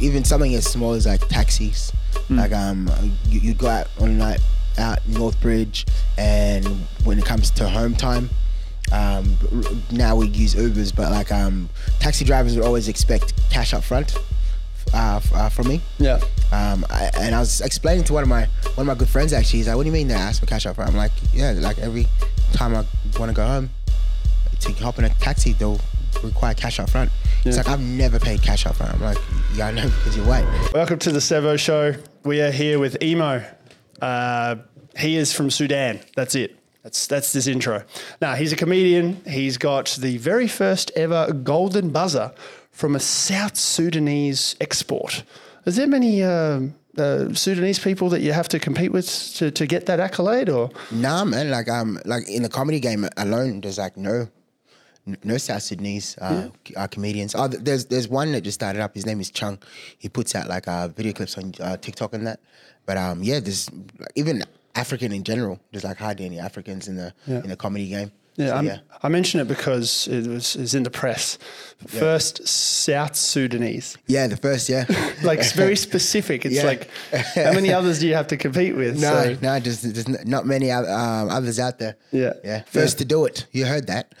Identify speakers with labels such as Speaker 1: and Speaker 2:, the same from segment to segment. Speaker 1: even something as small as like taxis.
Speaker 2: Mm.
Speaker 1: Like um, you, you go out on like out Northbridge, and when it comes to home time, um, r- now we use Ubers, but like um, taxi drivers would always expect cash up front. Uh, f- uh, from me,
Speaker 2: Yeah.
Speaker 1: um, I, and I was explaining to one of my one of my good friends actually. He's like, "What do you mean they ask for cash up front?" I'm like, "Yeah, like every time I want to go home, to hop in a taxi, they'll require cash up front." It's
Speaker 2: Yeah.
Speaker 1: like I've never paid cash up front. I'm like, "Yeah, I know because you're white."
Speaker 2: Welcome to the Sevo Show. We are here with Emo. Uh, he is from Sudan. That's it. That's that's this intro. Now he's a comedian. He's got the very first ever golden buzzer from a South Sudanese export. Is there many um uh, Sudanese people that you have to compete with to, to get that accolade? Or
Speaker 1: Nah, man. Like um, like in the comedy game alone, there's like no, n- no South Sudanese uh, c- uh, comedians. Oh, th- there's there's one that just started up. His name is Chung. He puts out like uh, video clips on uh, TikTok and that. But um, yeah, there's like, even African in general. There's like hardly any Africans in the
Speaker 2: Yeah.
Speaker 1: in the comedy game.
Speaker 2: Yeah,
Speaker 1: So,
Speaker 2: I'm,
Speaker 1: yeah.
Speaker 2: I mention it because it was, it was in the press. First South Sudanese.
Speaker 1: Yeah, the first, yeah.
Speaker 2: Like it's very specific. It's
Speaker 1: Yeah.
Speaker 2: like how many others do you have to compete with?
Speaker 1: No,
Speaker 2: So-
Speaker 1: no, just there's n- not many oth- um, others out there.
Speaker 2: Yeah.
Speaker 1: yeah. First
Speaker 2: Yeah.
Speaker 1: to do it. You heard that.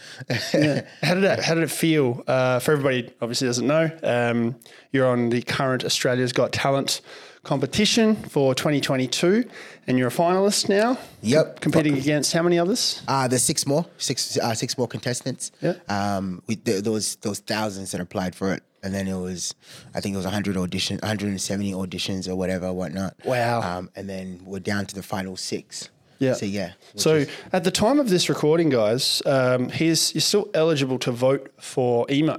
Speaker 2: yeah. How did it, how did it feel uh, for everybody? Obviously, doesn't know. Um, you're on the current Australia's Got Talent competition for 2022, and you're a finalist now.
Speaker 1: Yep.
Speaker 2: competing against how many others?
Speaker 1: Uh, there's six more, six uh, six more contestants.
Speaker 2: Yeah.
Speaker 1: Um, we, there, there was those thousands that applied for it, and then it was, I think it was 100 audition, 170 auditions or whatever, whatnot.
Speaker 2: Wow.
Speaker 1: Um, and then we're down to the final six.
Speaker 2: Yeah.
Speaker 1: So yeah. which
Speaker 2: So
Speaker 1: is-
Speaker 2: at the time of this recording, guys, um, here's you're still eligible to vote for emo,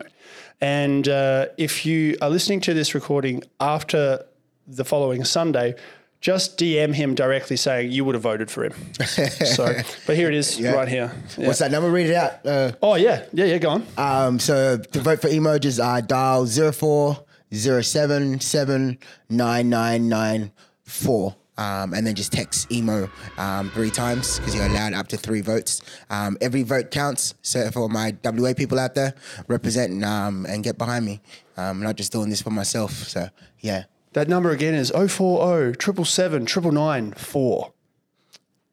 Speaker 2: and uh, if you are listening to this recording after the following Sunday. Just DM him directly saying you would have voted for him. so, but here it is, right here. Yeah.
Speaker 1: what's that number? Read it out. Uh,
Speaker 2: Oh yeah, yeah, yeah. Go on.
Speaker 1: um, so to vote for emo, just uh, dial zero four zero seven seven nine nine nine four. Um, and then just text emo um, three times because you're allowed up to three votes. Um, every vote counts. So for my WA people out there, represent um, and get behind me. Um, I'm not just doing this for myself. So yeah,
Speaker 2: That number again is 040 777 994.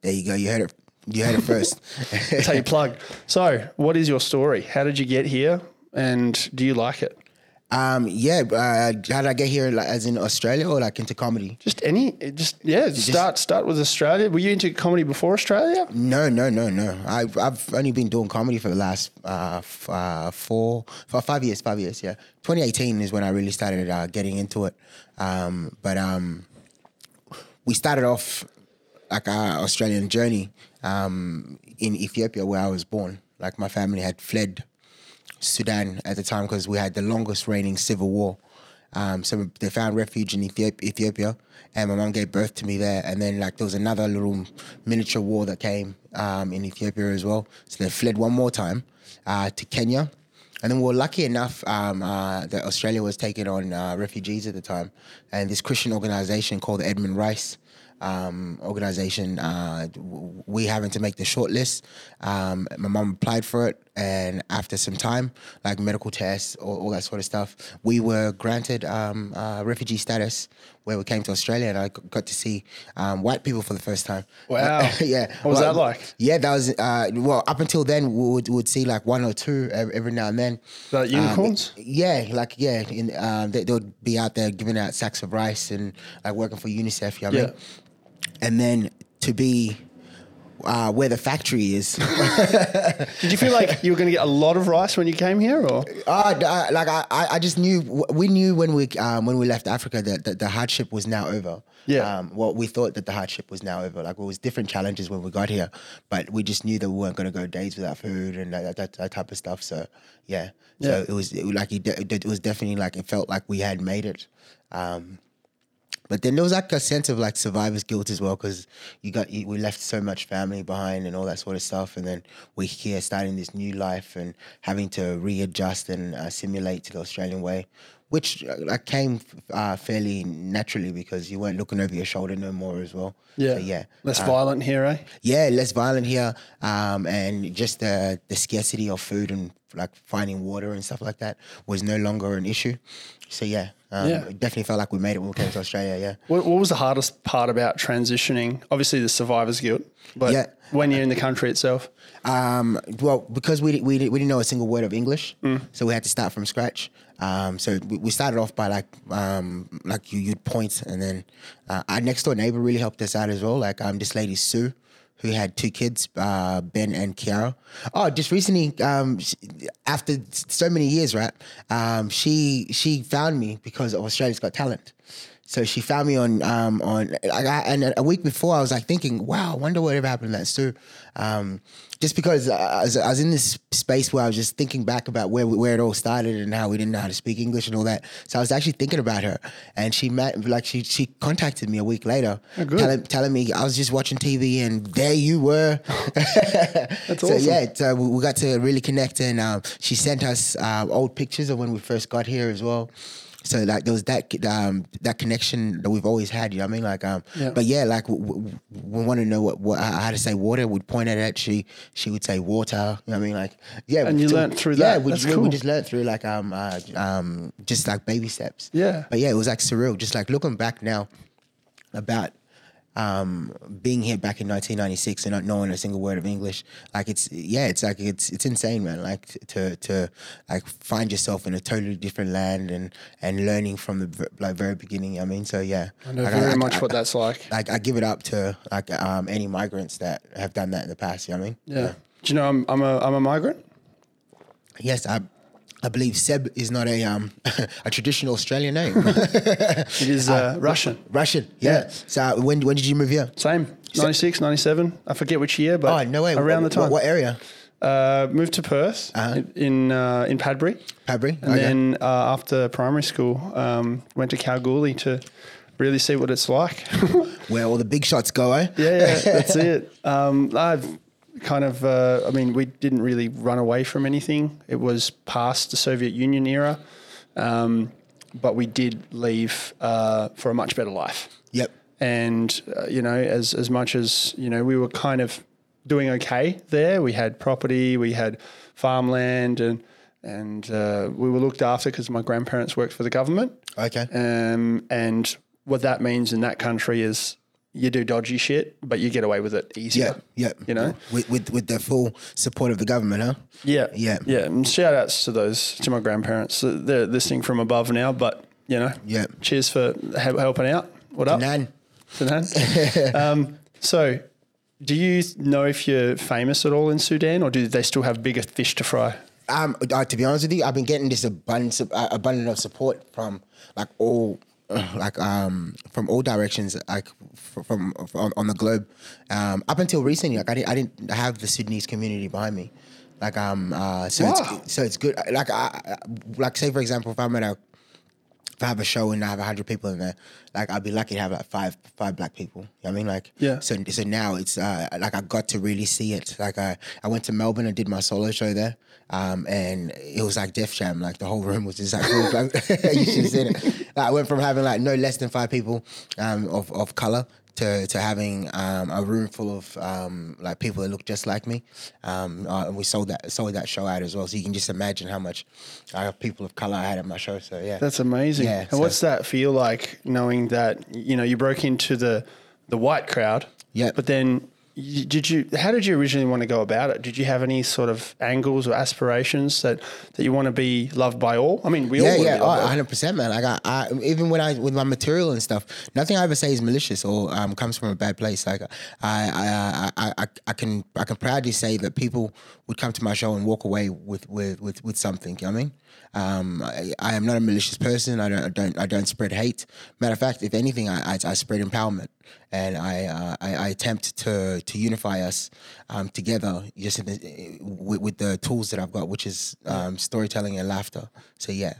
Speaker 1: there you go. You heard it. You heard it first.
Speaker 2: That's how you plug. So, what is your story? How did you get here, and do you like it?
Speaker 1: um, yeah. Uh, how did I get here? Like, as in Australia or like into comedy?
Speaker 2: Just any, just yeah. start start with Australia. Were you into comedy before Australia?
Speaker 1: No, no, no, no. I've I've only been doing comedy for the last uh, f- uh four, f- five years, five years. Yeah, 2018 is when I really started uh, getting into it. Um, but um, we started off like our Australian journey um in Ethiopia where I was born. Like my family had fled Sudan at the time because we had the longest reigning civil war. Um, so they found refuge in Ethiop- Ethiopia, and my mom gave birth to me there. And then like there was another little miniature war that came um, in Ethiopia as well. So they fled one more time uh, to Kenya, and then we were lucky enough um, uh, that Australia was taking on uh, refugees at the time, and this Christian organization called the Edmund Rice um, organization. Uh, w- we having to make the short list. Um, my mom applied for it, and after some time, like medical tests, all, all that sort of stuff, we were granted um, uh, refugee status where we came to Australia, and I g- got to see um, white people for the first time.
Speaker 2: Wow.
Speaker 1: yeah.
Speaker 2: What was
Speaker 1: Well,
Speaker 2: that like?
Speaker 1: Yeah, that was uh, well. Up until then, we would, would see like one or two ev- every now and then.
Speaker 2: Like unicorns?
Speaker 1: Um, yeah, like yeah, in, um, they, they would be out there giving out sacks of rice and like working for UNICEF. You know what I mean?
Speaker 2: Yeah.
Speaker 1: and then to be uh, where the factory is.
Speaker 2: Did you feel like you were going to get a lot of rice when you came here, or
Speaker 1: Uh, d- uh, like I, I I just knew w- we knew when we um, when we left Africa that, that the hardship was now over.
Speaker 2: Yeah.
Speaker 1: Um, well, we thought that the hardship was now over. Like it was different challenges when we got here, but we just knew that we weren't going to go days without food and that, that, that type of stuff. So yeah.
Speaker 2: Yeah.
Speaker 1: So it was it, was like it, de- it was definitely like it felt like we had made it. Um, but then there was like a sense of like survivor's guilt as well because you got you, we left so much family behind and all that sort of stuff, and then we're here starting this new life and having to readjust and assimilate to the Australian way, which uh, like came uh, fairly naturally because you weren't looking over your shoulder no more as well. so, yeah, Uh,
Speaker 2: less violent here, eh?
Speaker 1: yeah, less violent here, um, and just the the scarcity of food and like finding water and stuff like that was no longer an issue. So yeah, Um,
Speaker 2: Yeah.
Speaker 1: It definitely felt like we made it when we came to Australia. Yeah.
Speaker 2: What, what was the hardest part about transitioning? Obviously, the survivor's guilt, but
Speaker 1: Yeah.
Speaker 2: when you're in the country itself,
Speaker 1: Um, well, because we, di- we, di- we didn't know a single word of English, so we had to start from scratch. Um, so we, we started off by like um, like you you'd point, and then uh, our next door neighbor really helped us out as well. Like um, this lady Sue, who had two kids, uh, Ben and Kiara. Oh, just recently, um, sh- after s- so many years, right? Um, she she found me because of Australia's Got Talent. So she found me on um, on like I, and a week before I was like thinking, wow, I wonder whatever happened to that Sue. Um, just because I I was, I was in this space where I was just thinking back about where where it all started and how we didn't know how to speak English and all that. So I was actually thinking about her, and she met like she she contacted me a week later, telling telling me I was just watching TV and there you were. That's so,
Speaker 2: awesome.
Speaker 1: Yeah, it, uh, we we got to really connect, and um, she sent us uh, old pictures of when we first got here as well. So like there was that um, that connection that we've always had. You know what I mean? Like, um,
Speaker 2: Yeah.
Speaker 1: but yeah, like w- w- we want to know what, what how to say water. We'd point at it. She she would say water. You know what I mean? Like, yeah.
Speaker 2: And you
Speaker 1: so-
Speaker 2: learnt through
Speaker 1: yeah,
Speaker 2: that.
Speaker 1: We,
Speaker 2: That's
Speaker 1: we, we
Speaker 2: cool.
Speaker 1: just learned through like um uh, um just like baby steps.
Speaker 2: Yeah.
Speaker 1: But yeah, it was like surreal. Just like looking back now, about um, being here back in 1996 and not knowing a single word of English. Like it's yeah, it's like it's it's insane, man. Like t- to to like find yourself in a totally different land and and learning from the v- like very beginning. I mean, so yeah,
Speaker 2: I know
Speaker 1: Like,
Speaker 2: very
Speaker 1: I-
Speaker 2: much
Speaker 1: I-
Speaker 2: what that's like.
Speaker 1: Like I give it up to like um, any migrants that have done that in the past. You know what I mean?
Speaker 2: Yeah. Do you know I'm, I'm, a, I'm a migrant?
Speaker 1: Yes, I. I believe Seb is not a um, a traditional Australian name.
Speaker 2: It is uh, Russian.
Speaker 1: Russian, yeah.
Speaker 2: Yeah.
Speaker 1: So uh, when when did you move here?
Speaker 2: Same. 96, 97. I forget which year, but
Speaker 1: Oh no way!
Speaker 2: around
Speaker 1: What-
Speaker 2: the time.
Speaker 1: What, Uh-huh. what area?
Speaker 2: Uh, moved to Perth in, uh, in Padbury.
Speaker 1: Padbury.
Speaker 2: And then uh, after primary school, um, went to Kalgoorlie to really see what it's like.
Speaker 1: where all the big shots go, eh?
Speaker 2: yeah, yeah, that's it. Um, I've kind of, uh, I mean, we didn't really run away from anything. It was past the Soviet Union era, um, but we did leave uh, for a much better life.
Speaker 1: Yep.
Speaker 2: And uh, you know, as as much as you know, we were kind of doing okay there. We had property, we had farmland, and and uh, we were looked after because my grandparents worked for the government.
Speaker 1: Okay.
Speaker 2: Um, and what that means in that country is you do dodgy shit, but you get away with it easier.
Speaker 1: Yep. Yep.
Speaker 2: You know?
Speaker 1: with with with the full support of the government, huh?
Speaker 2: Yeah.
Speaker 1: Yeah.
Speaker 2: Yeah. And shout outs to those, to my grandparents. They're listening from above now, but, you know,
Speaker 1: Yeah.
Speaker 2: cheers for he- helping out. What up?
Speaker 1: Nan.
Speaker 2: Sudan. um, so, do you know if you're famous at all in Sudan or do they still have bigger fish to fry?
Speaker 1: Um, uh, to be honest with you, I've been getting this abundance of, uh, abundance of support from like all, like um, from all directions, like f- from, from on the globe. Um, up until recently, like I didn't, I didn't have the Sudanese community behind me. Like um, uh, so
Speaker 2: Wow.
Speaker 1: it's so it's good. Like I, I- like say for example, if I'm at a if I have a show and I have hundred people in there, like I'd be lucky to have like five five black people. You know what I mean? Like
Speaker 2: Yeah.
Speaker 1: So so now it's uh, like I got to really see it. Like I I went to Melbourne and did my solo show there, um, and it was like Def Jam. Like the whole room was just like, full of black- you should have seen it. Like, I went from having like no less than five people um, of of color. To, to having um, a room full of um, like people that look just like me, um, uh, and we sold that sold that show out as well. So you can just imagine how much uh, people of color I had at my show. So yeah,
Speaker 2: That's amazing.
Speaker 1: Yeah,
Speaker 2: and
Speaker 1: so-
Speaker 2: what's that feel like knowing that you know you broke into the the white crowd?
Speaker 1: Yeah.
Speaker 2: But then you, did you how did you originally want to go about it? Did you have any sort of angles or aspirations that that you want to be loved by all? I mean, we all
Speaker 1: yeah,
Speaker 2: want
Speaker 1: yeah,
Speaker 2: to be
Speaker 1: oh,
Speaker 2: loved by all.
Speaker 1: 100%, man. Like, I, I, even when I, with my material and stuff, nothing I ever say is malicious or um, comes from a bad place. Like, I, I, I, I, I can, I can proudly say that people would come to my show and walk away with, with, with, with something. You know what I mean? Um, I, I am not a malicious person. I don't, I don't, I don't spread hate. Matter of fact, if anything, I, I, I spread empowerment and I, uh, I, I attempt to, to unify us um, together just in the, with, with the tools that I've got, which is um, storytelling and laughter. So yeah,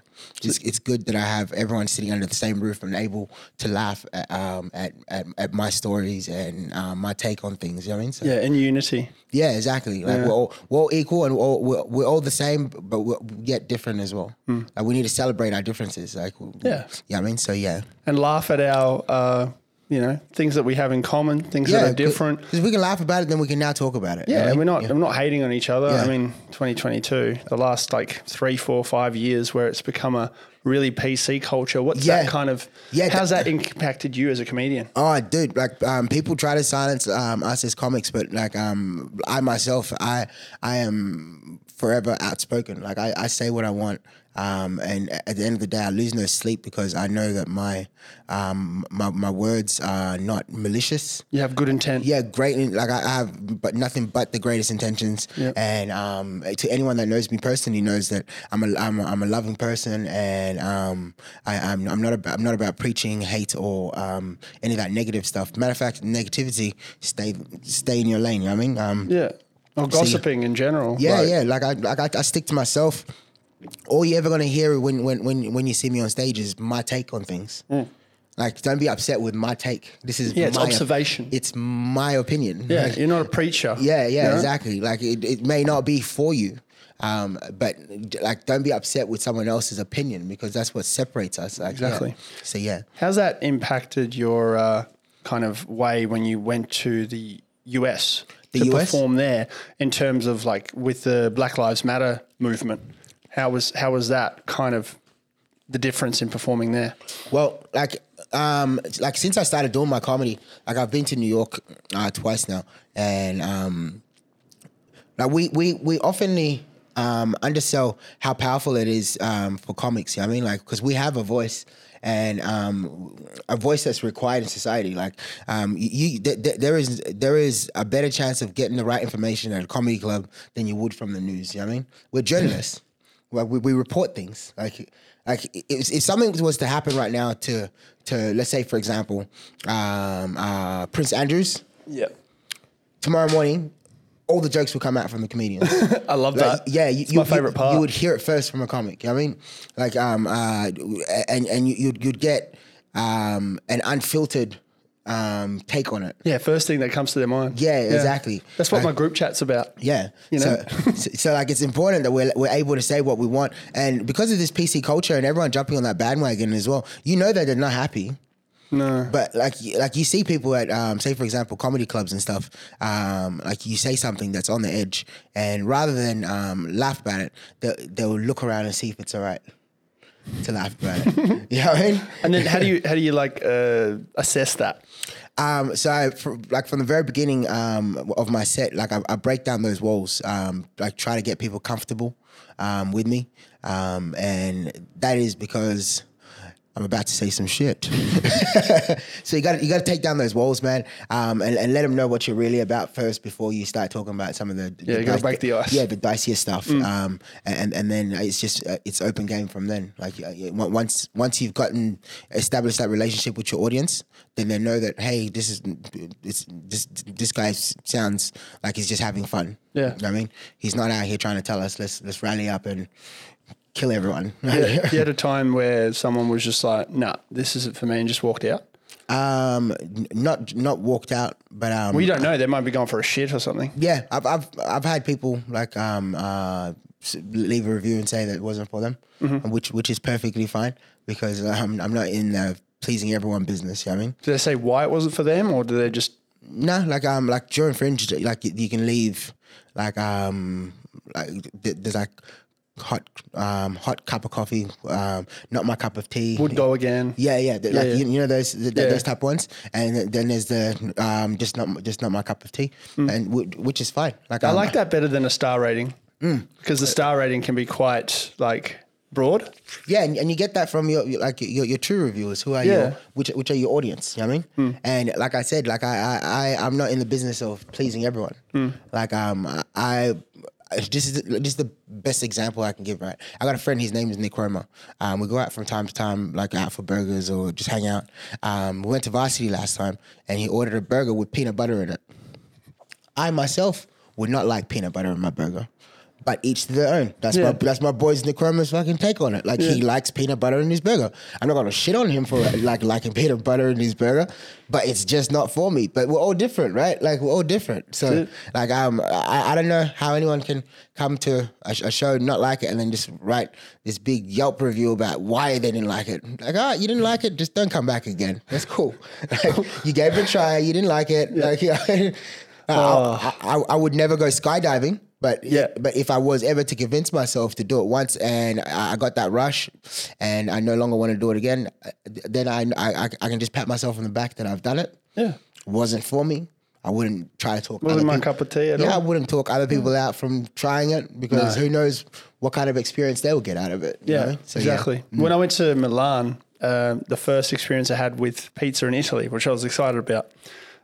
Speaker 1: it's, it's good that I have everyone sitting under the same roof and able to laugh at um, at, at, at my stories and um, my take on things. You know what I mean? So,
Speaker 2: Yeah, in unity.
Speaker 1: yeah, exactly. Like we're all we're all equal and we're all, we're, we're all the same, but we're yet different as well.
Speaker 2: Hmm.
Speaker 1: Like we need to celebrate our differences. Like
Speaker 2: Yeah.
Speaker 1: yeah, I mean, so yeah,
Speaker 2: And laugh at our uh, you know, things that we have in common, things that are different.
Speaker 1: Because we can laugh about it, then we can now talk about it.
Speaker 2: Yeah, and we're not
Speaker 1: Yeah.
Speaker 2: we're not hating on each other. I
Speaker 1: Yeah.
Speaker 2: mean, 2022, the last like three, four, five years, where it's become a really PC culture. What's that
Speaker 1: Yeah.
Speaker 2: kind of?
Speaker 1: Yeah,
Speaker 2: how's that impacted you as a comedian?
Speaker 1: Oh, dude! Like um, people try to silence um, us as comics, but like um, I myself, I I am forever outspoken. Like I, I say what I want, um, and at the end of the day, I lose no sleep because I know that my um, my my words are not malicious.
Speaker 2: You have good intent.
Speaker 1: Yeah, great. in- Like I, I have, but nothing but the greatest intentions. And um, to anyone that knows me personally knows that I'm a I'm a, I'm a loving person, and um, I, I'm I'm not about, I'm not about preaching hate or um, any of that negative stuff. Matter of fact, negativity stay stay in your lane. You know what I mean, um,
Speaker 2: yeah. Or gossiping in general.
Speaker 1: yeah,
Speaker 2: like-
Speaker 1: yeah. Like I, like I, I stick to myself. All you're ever gonna hear when when when when you see me on stage is my take on things. Like, don't be upset with my take. This is
Speaker 2: Mm. Yeah, it's
Speaker 1: my op-
Speaker 2: observation.
Speaker 1: It's my opinion.
Speaker 2: Yeah,
Speaker 1: Like,
Speaker 2: you're not a preacher.
Speaker 1: yeah, yeah,
Speaker 2: you know?
Speaker 1: exactly. Like it, it may not be for you, um, but like don't be upset with someone else's opinion because that's what separates us. Like, yeah.
Speaker 2: Exactly.
Speaker 1: So yeah,
Speaker 2: How's that impacted your uh, kind of way when you went to the US
Speaker 1: The
Speaker 2: to
Speaker 1: US?
Speaker 2: perform there in terms of like with the Black Lives Matter movement? How was how was that kind of the difference in performing there?
Speaker 1: well, like um, like since I started doing my comedy, like I've been to New York uh, twice now, and um, like we we we often um, undersell how powerful it is um, for comics. You know what I mean, like because we have a voice and um, a voice that's required in society. Like um, you, you th- th- there is there is a better chance of getting the right information at a comedy club than you would from the news. You know what I mean? We're journalists. Like we, we report things. Like like if, if something was to happen right now to to let's say for example um, uh, Prince Andrews
Speaker 2: Yeah,
Speaker 1: tomorrow morning, all the jokes will come out from the comedians.
Speaker 2: I love
Speaker 1: Like,
Speaker 2: that.
Speaker 1: yeah, you,
Speaker 2: it's
Speaker 1: you,
Speaker 2: my favorite
Speaker 1: you,
Speaker 2: part.
Speaker 1: You would hear it first from a comic. You know what I mean, like um, uh, and and you, you'd you'd get um an unfiltered um take on it.
Speaker 2: yeah, first thing that comes to their mind.
Speaker 1: Yeah, exactly.
Speaker 2: That's what
Speaker 1: Like-
Speaker 2: my group chat's about.
Speaker 1: Yeah,
Speaker 2: You know?
Speaker 1: so, so so, like it's important that we're we're able to say what we want, and because of this PC culture and everyone jumping on that bandwagon as well, you know that they're not happy.
Speaker 2: No.
Speaker 1: But like you- like you see people at um, say for example comedy clubs and stuff, um, like you say something that's on the edge, and rather than um, laugh about it, they they'll look around and see if it's all right to laugh about it. you know what I mean?
Speaker 2: And then how do you how do you like uh, assess that?
Speaker 1: Um, so I, fr like from the very beginning um, of my set, like I, I break down those walls, um, like try to get people comfortable um, with me, um, and that is because I'm about to say some shit. so you got you got to take down those walls, man, um, and, and let them know what you're really about first before you start talking about some of the
Speaker 2: Yeah, you gotta break the ice.
Speaker 1: yeah the dicier stuff,
Speaker 2: Mm.
Speaker 1: um, and and then it's just uh, it's open game from then. Like uh, yeah, on- once once you've gotten established that relationship with your audience, then they know that hey, this is this this this guy s- sounds like he's just having fun.
Speaker 2: Yeah.
Speaker 1: You know what I mean, he's not out here trying to tell us let's let's rally up and kill everyone.
Speaker 2: Yeah. you had a time where someone was just like, "Nah, this isn't for me," and just walked out.
Speaker 1: Um, n- not not walked out, but um,
Speaker 2: Well, you don't know. They might be going for a shit or something.
Speaker 1: yeah, I've I've I've had people like um uh s- leave a review and say that it wasn't for them,
Speaker 2: Mm-hmm.
Speaker 1: which which is perfectly fine because um, I'm not in the pleasing everyone business. You know what I mean,
Speaker 2: Do they say why it wasn't for them, or do they just?
Speaker 1: no, like um, like during fringe, like you, you can leave, like um, like th- there's like hot um hot cup of coffee, um, not my cup of tea.
Speaker 2: Would go again.
Speaker 1: Yeah, yeah, th- like
Speaker 2: yeah.
Speaker 1: You, you know those th th-
Speaker 2: Yeah.
Speaker 1: those type ones, and then there's the um, just not just not my cup of tea, and w- which is fine. Like
Speaker 2: Hmm. I like that better than a star rating
Speaker 1: Mm.
Speaker 2: because the star rating can be quite like broad.
Speaker 1: Yeah, and, and you get that from your your- like your, your true reviewers, who are
Speaker 2: Yeah. Hmm.
Speaker 1: your which which are your audience. You know what I mean? And like I said, like I I I- I'm not in the business of pleasing everyone.
Speaker 2: Hmm.
Speaker 1: Like um I- I. This is this is the best example I can give. Right, I got a friend. His name is Nick Roma. Um, we go out from time to time, like out for burgers or just hang out. Um, we went to Varsity last time, and he ordered a burger with peanut butter in it. I myself would not like peanut butter in my burger, but each to their own. That's my
Speaker 2: Yeah.
Speaker 1: that's my boy's Necroma's fucking take on it. Like he
Speaker 2: Yeah.
Speaker 1: likes peanut butter in his burger. I'm not gonna shit on him for like liking peanut butter in his burger, but it's just not for me. But we're all different, right? Like we're all different. So like um, I, I don't know how anyone can come to a, sh- a show not like it and then just write this big Yelp review about why they didn't like it. Like ah, you didn't like it, just don't come back again. That's cool. Like, you gave it a try, you didn't like it. Like yeah. I, I, I would never go skydiving, but
Speaker 2: Yeah.
Speaker 1: yeah, but if I was ever to convince myself to do it once and I I got that rush, and I no longer want to do it again, uh, then I I, I can just pat myself on the back that I've done it.
Speaker 2: Yeah.
Speaker 1: wasn't for me. I wouldn't try to talk.
Speaker 2: Wasn't
Speaker 1: other
Speaker 2: my
Speaker 1: peop-
Speaker 2: cup of tea at
Speaker 1: yeah,
Speaker 2: all.
Speaker 1: I wouldn't talk other people out from trying it because who knows what kind of experience they will get out of it. you
Speaker 2: Yeah,
Speaker 1: know? So, Mm.
Speaker 2: exactly. When I went to Milan, um, the first experience I had with pizza in Italy, which I was excited about,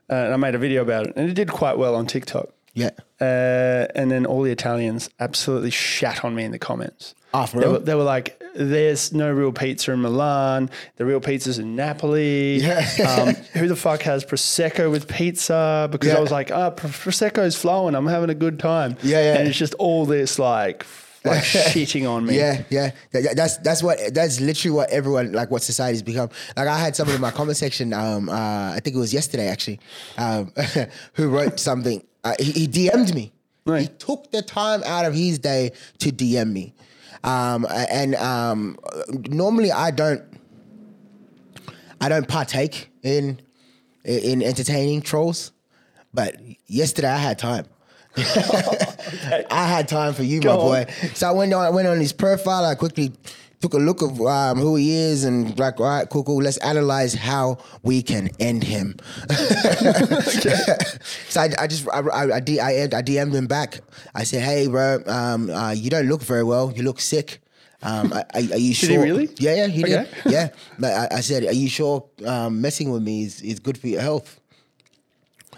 Speaker 2: uh, and I made a video about it, and it did quite well on TikTok.
Speaker 1: Yeah.
Speaker 2: Uh, and then all the Italians absolutely shat on me in the comments.
Speaker 1: Ah, for
Speaker 2: they,
Speaker 1: real?
Speaker 2: were, they were like, "There's no real pizza in Milan. The real pizza's in Napoli.
Speaker 1: Yeah.
Speaker 2: um, who the fuck has prosecco with pizza?" Because I
Speaker 1: Yeah.
Speaker 2: was like, "Ah, pr- prosecco's flowing. I'm having a good time."
Speaker 1: Yeah, yeah.
Speaker 2: And it's just all this like, like shitting on me.
Speaker 1: Yeah, yeah. That- that- that's that's what that's literally what everyone like what society's become. Like I had someone in my comment section. Um, uh, I think it was yesterday actually, um, who wrote something. Uh, he, he DM'd me. He
Speaker 2: Right.
Speaker 1: took the time out of his day to DM me. Um, and um, normally I don't I don't partake in in entertaining trolls, but yesterday I had time. I had time for you,
Speaker 2: Go
Speaker 1: my
Speaker 2: on.
Speaker 1: boy. So I went on, I went on his profile. I quickly took a look of um, who he is and like, all right, cool, cool. Let's analyze how we can end him. so I, I just I I, I, D, I I DM'd him back. I said, hey, bro, um, uh, you don't look very well. You look sick. Um, are, are you sure?
Speaker 2: he really?
Speaker 1: Yeah, yeah, he
Speaker 2: Okay.
Speaker 1: did yeah. But I, I said, "Are you sure um, messing with me is, is good for your health?"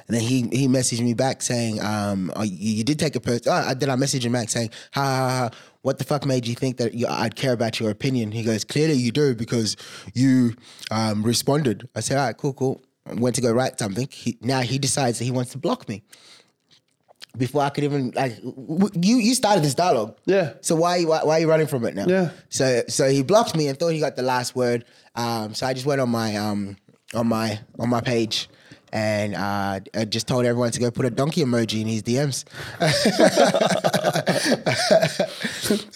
Speaker 1: And then he he messaged me back saying, um, oh, you, "You did take a person." Oh, I- then I messaged him back saying, "Ha ha ha! ha. What the fuck made you think that you, I'd care about your opinion?" He goes, "Clearly you do because you um, responded." I said, "All right, cool, cool." Went to go write something. He, now he decides that he wants to block me. Before I could even like, w- w- you you started this dialogue.
Speaker 2: Yeah.
Speaker 1: So why, why why are you running from it now?
Speaker 2: Yeah.
Speaker 1: So so he blocked me and thought he got the last word. Um, so I just went on my um on my on my page and uh, I just told everyone to go put a donkey emoji in his DMs.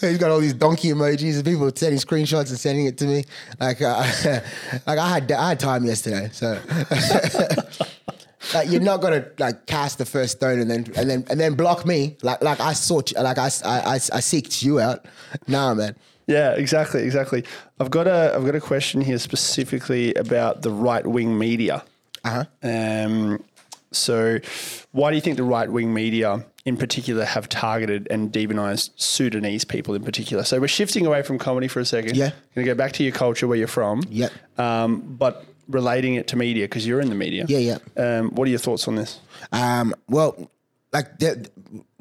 Speaker 1: He's got all these donkey emojis and people sending screenshots and sending it to me. Like uh, like I had I had time yesterday, so. Like you're not gonna like cast the first stone and then and then and then block me like like I sought you- like I I, I, I seeked you out. Nah, man.
Speaker 2: Yeah, exactly, exactly. I've got a I've got a question here specifically about the right wing media.
Speaker 1: Uh huh.
Speaker 2: Um, so, why do you think the right wing media in particular have targeted and demonized Sudanese people in particular? So, we're shifting away from comedy for a second.
Speaker 1: Yeah.
Speaker 2: Going to go back to your culture where you're from.
Speaker 1: Yep.
Speaker 2: Um, but relating it to media because you're in the media.
Speaker 1: Yeah, yeah.
Speaker 2: Um, what are your thoughts on this?
Speaker 1: Um. Well, like there,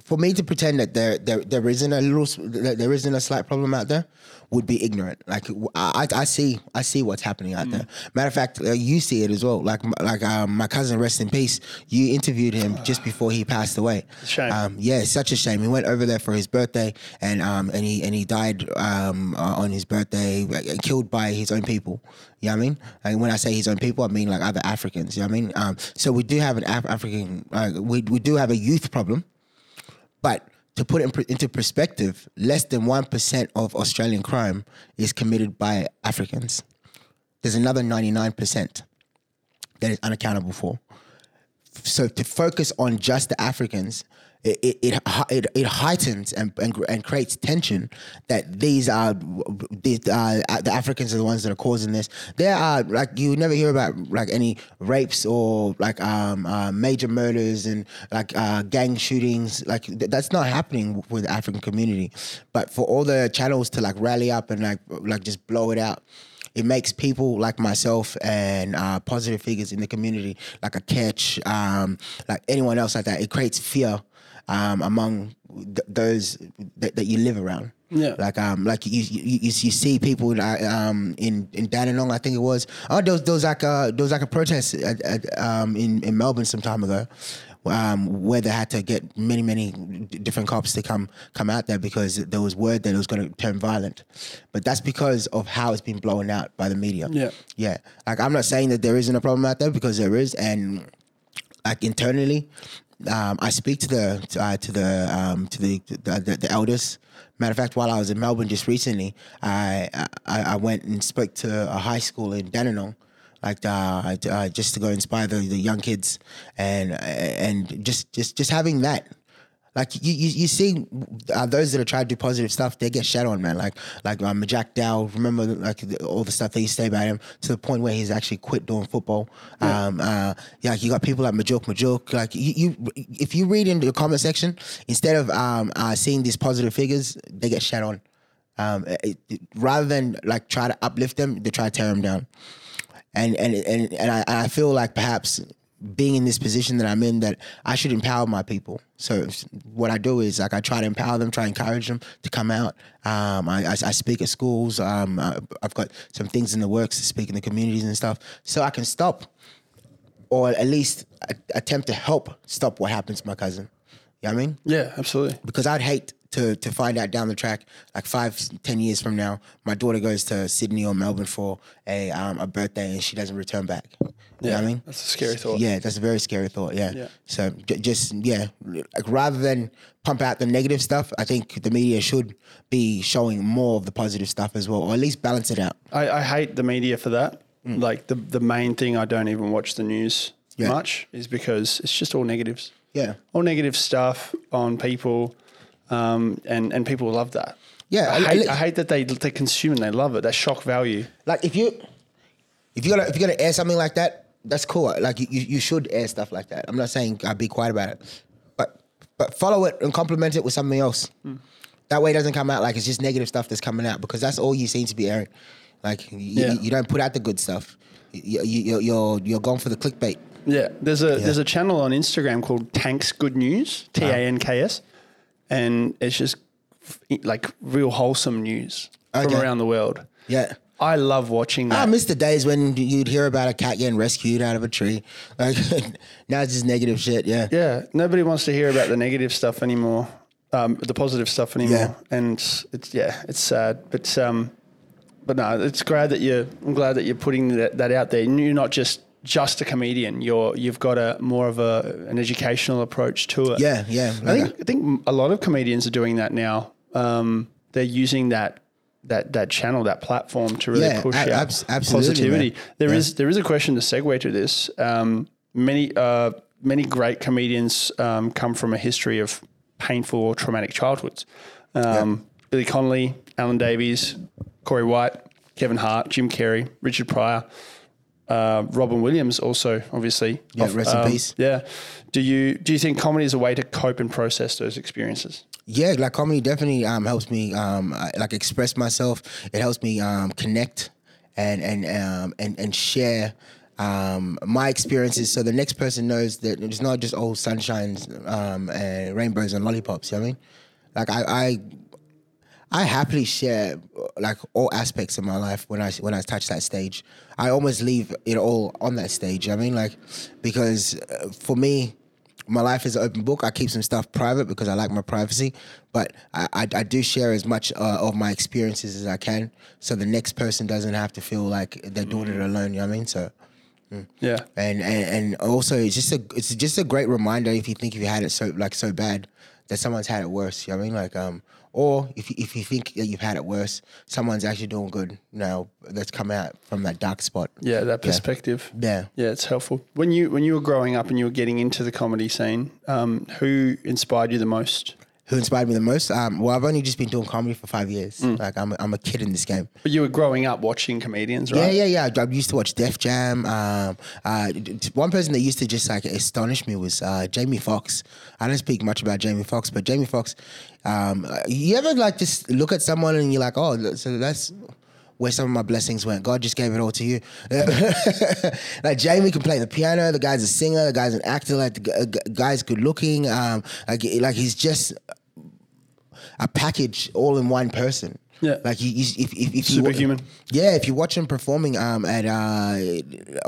Speaker 1: for me to pretend that there there there isn't a little s- there there isn't a slight problem out there would be ignorant. Like I I I see I see what's happening out there. Matter of fact, uh, you see it as well. Like m- like um, my cousin, rest in peace. You interviewed him just before he passed away.
Speaker 2: Shame.
Speaker 1: Um, yeah, it's such a shame. He went over there for his birthday, and um, and he and he died um uh, on his birthday, uh, killed by his own people. You know what I mean? And when I say his own people, I mean like other Africans. You know what I mean? Um, so we do have an Af- African, uh, we we do have a youth problem, but. To put it in, pr- into perspective, less than 1% of Australian crime is committed by Africans. There's another 99% that is unaccountable for so to focus on just the Africans, it it it, hi- it, it heightens and, and gr- and creates tension that these are these uh, the Africans are the ones that are causing this. There are like you never hear about like any rapes or like um uh, major murders and like uh, gang shootings. Like th- that's not happening with the African community, but for all the channels to like rally up and like like just blow it out it makes people like myself and uh, positive figures in the community, like a catch, um, like anyone else like that, it creates fear um, among th- those that, that you live around.
Speaker 2: Yeah.
Speaker 1: Like um, like you you, you, you see people like, um in in Dandenong, I think it was. Oh, there was, there was like a there was like a protest at, at, um in in Melbourne some time ago, um, weather had to get many, many d- different cops to come come out there because there was word that it was going to turn violent. But that's because of how it's been blown out by the media.
Speaker 2: Yeah.
Speaker 1: yeah. Like I'm not saying that there isn't a problem out there because there is, and like internally, um, I speak to the to, uh, to the um, to the the, the the elders. Matter of fact, while I was in Melbourne just recently, I I, I went and spoke to a high school in Dandenong, like uh, uh, just to go inspire the, the young kids, and and just just just having that like you, you, you see, uh, those that are trying to do positive stuff, they get shat on, man. Like, like um, Jack Dow. Remember, like the, all the stuff they used to say about him to the point where he's actually quit doing football. Um, uh, yeah, you got people like Majuk Majuk. Like, you, you, if you read in the comment section, instead of um, uh, seeing these positive figures, they get shat on. Um, it- it- rather than like try to uplift them, they try to tear them down and and and and I, I feel like perhaps being in this position that I'm in, that I should empower my people. So if- what I do is like I try to empower them, try to encourage them to come out. Um, I, I, I speak at schools. Um, I, I've got some things in the works to speak in the communities and stuff, so I can stop or at least a- attempt to help stop what happens to my cousin. You know what I mean?
Speaker 2: Yeah, absolutely.
Speaker 1: because I'd hate to to find out down the track, like five, ten years from now, my daughter goes to Sydney or Melbourne for a um, a birthday and she doesn't return back. You know what I mean?
Speaker 2: That's a scary thought.
Speaker 1: Yeah, that's a very scary thought. Yeah.
Speaker 2: Yeah.
Speaker 1: So j- just yeah, like rather than pump out the negative stuff, I think the media should be showing more of the positive stuff as well, or at least balance it out.
Speaker 2: I, I hate the media for that. Like the the main thing I don't even watch the news
Speaker 1: Hmm. Yeah.
Speaker 2: much is because it's just all negatives.
Speaker 1: Yeah.
Speaker 2: All negative stuff on people, um, and and people love that.
Speaker 1: Yeah,
Speaker 2: I
Speaker 1: I- I
Speaker 2: hate,
Speaker 1: li-
Speaker 2: I hate that they they consume and they love it. That shock value.
Speaker 1: Like if you if you're gonna if you're gonna air something like that, that's cool. Like you, you you should air stuff like that. I'm not saying uh, be quiet about it, but but follow it and complement it with something else.
Speaker 2: Hmm.
Speaker 1: That way, it doesn't come out like it's just negative stuff that's coming out because that's all you seem to be airing. Like you,
Speaker 2: Yeah.
Speaker 1: you don't put out the good stuff. You, you, you're you're you're going for the clickbait.
Speaker 2: Yeah, there's a there's a channel on Instagram called Tanks Good News, T A N K S,
Speaker 1: Uh-huh.
Speaker 2: and it's just f- like real wholesome news
Speaker 1: Okay.
Speaker 2: from around the world.
Speaker 1: Yeah.
Speaker 2: I love watching
Speaker 1: I
Speaker 2: that.
Speaker 1: miss the days when you'd hear about a cat getting rescued out of a tree. Like now it's just negative shit. Yeah.
Speaker 2: yeah, nobody wants to hear about the negative stuff anymore, um, the positive stuff anymore,
Speaker 1: Yeah.
Speaker 2: and it's yeah, it's sad, but um, but no, it's glad that you're. I'm glad that you're putting that, that out there. And You're not just just a comedian. You're you've got a more of a an educational approach to it.
Speaker 1: Yeah. Yeah.
Speaker 2: I
Speaker 1: Like,
Speaker 2: think I think a lot of comedians are doing that now. Um, they're using that that that channel, that platform to really
Speaker 1: Yeah,
Speaker 2: push
Speaker 1: a-
Speaker 2: out
Speaker 1: abs- absolutely,
Speaker 2: positivity.
Speaker 1: man.
Speaker 2: There is there is a question to segue to this. Um, many uh, many great comedians um, come from a history of painful or traumatic childhoods. Um, Billy Connolly, Alan Davies, Corey White, Kevin Hart, Jim Carrey, Richard Pryor, uh, Robin Williams, also obviously. um,
Speaker 1: Yeah, rest in peace.
Speaker 2: Yeah. Do you do you think comedy is a way to cope and process those experiences?
Speaker 1: yeah, like comedy definitely um, helps me um, I- like express myself. It helps me um, connect and and um, and and share um, my experiences, so the next person knows that it's not just all sunshines um, and rainbows and lollipops. You know what I mean, like I. I I happily share like all aspects of my life when I when I touch that stage. I almost leave it all on that stage. I mean, like because uh, for me, my life is an open book. I keep some stuff private because I like my privacy, but I I, I do share as much uh, of my experiences as I can, so the next person doesn't have to feel like they're doing it alone. You know what I mean? So
Speaker 2: Yeah.
Speaker 1: and and, and also it's just a it's just a great reminder if you think you had it so like so bad that someone's had it worse. You know what I mean? Like um, or if you, if you think that you've had it worse, someone's actually doing good now. That's come out from that dark spot.
Speaker 2: Yeah, that perspective.
Speaker 1: Yeah.
Speaker 2: Yeah, it's helpful. When you when you were growing up and you were getting into the comedy scene, um, who inspired you the most?
Speaker 1: Who inspired me the most? Um, well, I've only just been doing comedy for five years.
Speaker 2: Mm.
Speaker 1: Like I'm a, I'm a kid in this game.
Speaker 2: But you were growing up watching comedians, right?
Speaker 1: Yeah, yeah, yeah. I, I used to watch Def Jam. Um, uh, d- d- one person that used to just like astonish me was uh, Jamie Foxx. I don't speak much about Jamie Foxx, but Jamie Foxx. Um, uh, you ever like just look at someone and you're like, oh, th- so that's where some of my blessings went. God just gave it all to you. like Jamie can play the piano. The guy's a singer. The guy's an actor. Like the g- uh, g- guy's good looking. Um, like like he's just a package all in one person.
Speaker 2: Yeah.
Speaker 1: like you, you if, if, if you wa-
Speaker 2: Superhuman.
Speaker 1: yeah, if you watch him performing um, at uh,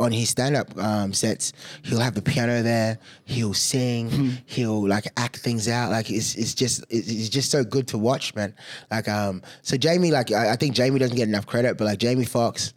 Speaker 1: on his stand up um, sets, he'll have the piano there. He'll sing.
Speaker 2: Hmm.
Speaker 1: He'll like act things out. Like it's, it's just it's it's just so good to watch, man. Like um, so Jamie, like I, I think Jamie doesn't get enough credit, but like Jamie Foxx,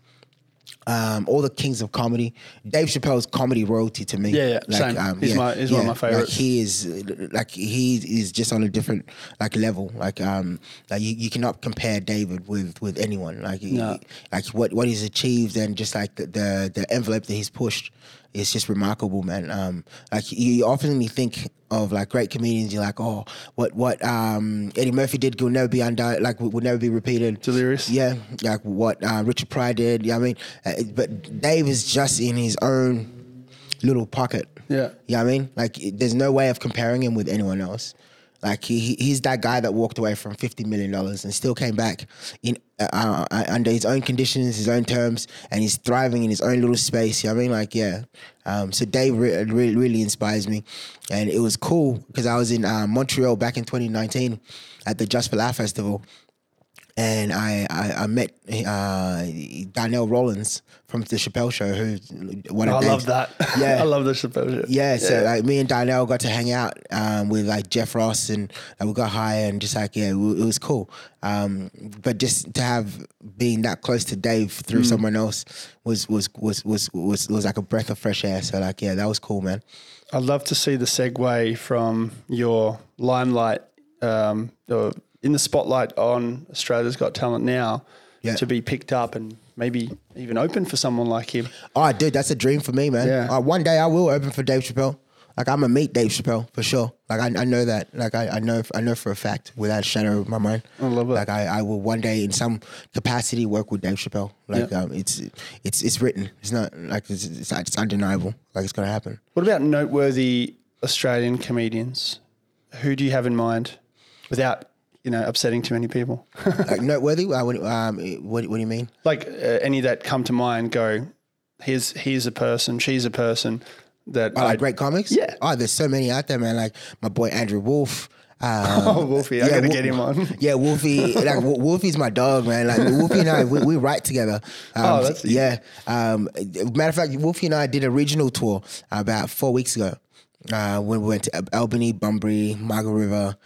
Speaker 1: um, all the kings of comedy, Dave Chappelle's comedy royalty to me.
Speaker 2: Yeah, yeah,
Speaker 1: like, um,
Speaker 2: same. He's my- he's one of my
Speaker 1: Like
Speaker 2: favorites.
Speaker 1: he is uh, like he is just on a different like level. Like um, like you, you cannot compare David with with anyone. Like he-
Speaker 2: No.
Speaker 1: like what what he's achieved and just like the the, the envelope that he's pushed is just remarkable, man. Um, like you often think of like great comedians, you're like, oh, what what um Eddie Murphy did will never be undone, like will will never be repeated.
Speaker 2: Delirious.
Speaker 1: yeah. Like what uh, Richard Pryor did, yeah, I mean, uh, but Dave is just in his own little pocket.
Speaker 2: Yeah.
Speaker 1: You know what I mean? Like, it- there's no way of comparing him with anyone else. Like, he, he he's that guy that walked away from $50 million and still came back in uh, uh, uh, under his own conditions, his own terms, and he's thriving in his own little space. You know what I mean? Like, yeah. Um, so Dave re- really, really inspires me. And it was cool because I was in uh, Montreal back in 2019 at the Just for Laugh Festival and I I, I met uh, Danielle Rollins from the Chappelle Show, who one of
Speaker 2: Oh, I
Speaker 1: Dave's-
Speaker 2: love that.
Speaker 1: Yeah.
Speaker 2: I love the suppose.
Speaker 1: yeah, so like me and Danielle got to hang out um, with like Jeff Ross and like, we got high and just like yeah, it wa- it was cool. Um, but just to have been that close to Dave through someone else was was, was was was was like a breath of fresh air. So like yeah, that was cool, man.
Speaker 2: I'd love to see the segue from your limelight, um, or in the spotlight on Australia's Got Talent now,
Speaker 1: Yeah.
Speaker 2: to be picked up and maybe even open for someone like him.
Speaker 1: Oh, dude, that's a dream for me, man.
Speaker 2: Yeah.
Speaker 1: Uh, one day I will open for Dave Chappelle. Like I'm gonna meet Dave Chappelle for sure. Like I, I know that. Like I, I know I know for a fact, without a shadow of my mind. I
Speaker 2: love it.
Speaker 1: Like I, I will one day in some capacity work with Dave Chappelle. Like
Speaker 2: Yeah.
Speaker 1: um, it's it's it's written. It's not like it's, it's it's undeniable. Like it's gonna happen.
Speaker 2: What about noteworthy Australian comedians? Who do you have in mind, without you know upsetting too many people?
Speaker 1: like noteworthy. Uh, what, um, what what do you mean?
Speaker 2: like uh, any that come to mind? Go, here's here's a person, she's a person that
Speaker 1: Oh,
Speaker 2: I
Speaker 1: like great comics?
Speaker 2: Yeah.
Speaker 1: Oh, there's so many out there, man. Like my boy Andrew Wolf. Um,
Speaker 2: Oh, Wolfie, I gotta
Speaker 1: Wol-
Speaker 2: get him on.
Speaker 1: Yeah, Wolfie. Like Wo- Wolfie's my dog, man. Like Wolfie and I, we, we write together. Um,
Speaker 2: Oh, that's-
Speaker 1: yeah. Um, matter of fact, Wolfie and I did a regional tour about four weeks ago. Uh, when we went to Albany, Bunbury, Margaret River,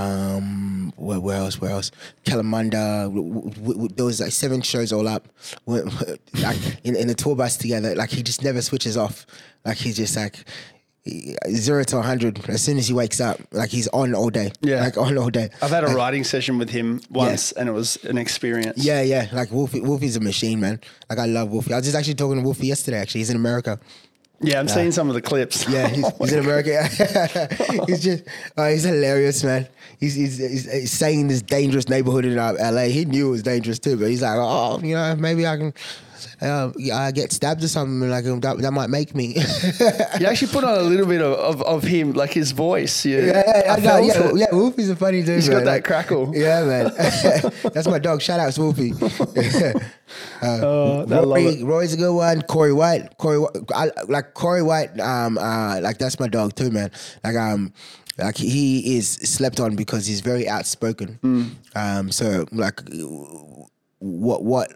Speaker 1: um, where, where else? Where else? Kalamunda. W- w- w- There was like seven shows all up, We- like in, in the tour bus together. Like he just never switches off. Like he's just like zero to hundred as soon as he wakes up. Like he's on all day.
Speaker 2: Yeah.
Speaker 1: like on all day.
Speaker 2: I've had a writing session with him once, and it was an experience.
Speaker 1: Yeah, yeah. Like Wolfie, Wolfie's a machine, man. Like I love Wolfie. I was just actually talking to Wolfie yesterday. Actually, he's in America.
Speaker 2: yeah. I'm seeing some of the clips. Oh
Speaker 1: Yeah, he's, he's in America. he's just, oh, he's hilarious, man. He's, he's, he's, he's staying in this dangerous neighborhood in uh, LA. He knew it was dangerous too, but he's like, oh, you know, maybe I can, uh, I get stabbed or something. Like um, that, that might make me.
Speaker 2: you actually put on a little bit of, of, of him, like his voice. You,
Speaker 1: Yeah, yeah, I know,
Speaker 2: felt
Speaker 1: yeah,
Speaker 2: it.
Speaker 1: yeah, Wolfie's a funny dude.
Speaker 2: He's
Speaker 1: man.
Speaker 2: got that
Speaker 1: Like,
Speaker 2: crackle.
Speaker 1: Yeah, man. That's my dog. Shout out to Wolfie.
Speaker 2: Oh, I love
Speaker 1: Rory,
Speaker 2: it.
Speaker 1: Rory's a good one. Corey White, Corey, Wh- I, like Corey White. Um, uh, like that's my dog too, man. Like um, like he is slept on because he's very outspoken. Um, so like, what what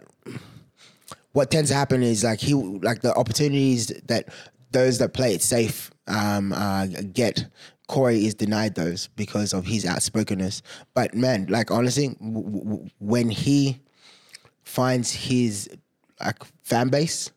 Speaker 1: what tends to happen is like he like the opportunities that those that play it safe um, uh, get. Corey is denied those because of his outspokenness. But man, like honestly, w- w- w- when he finds his like fan base,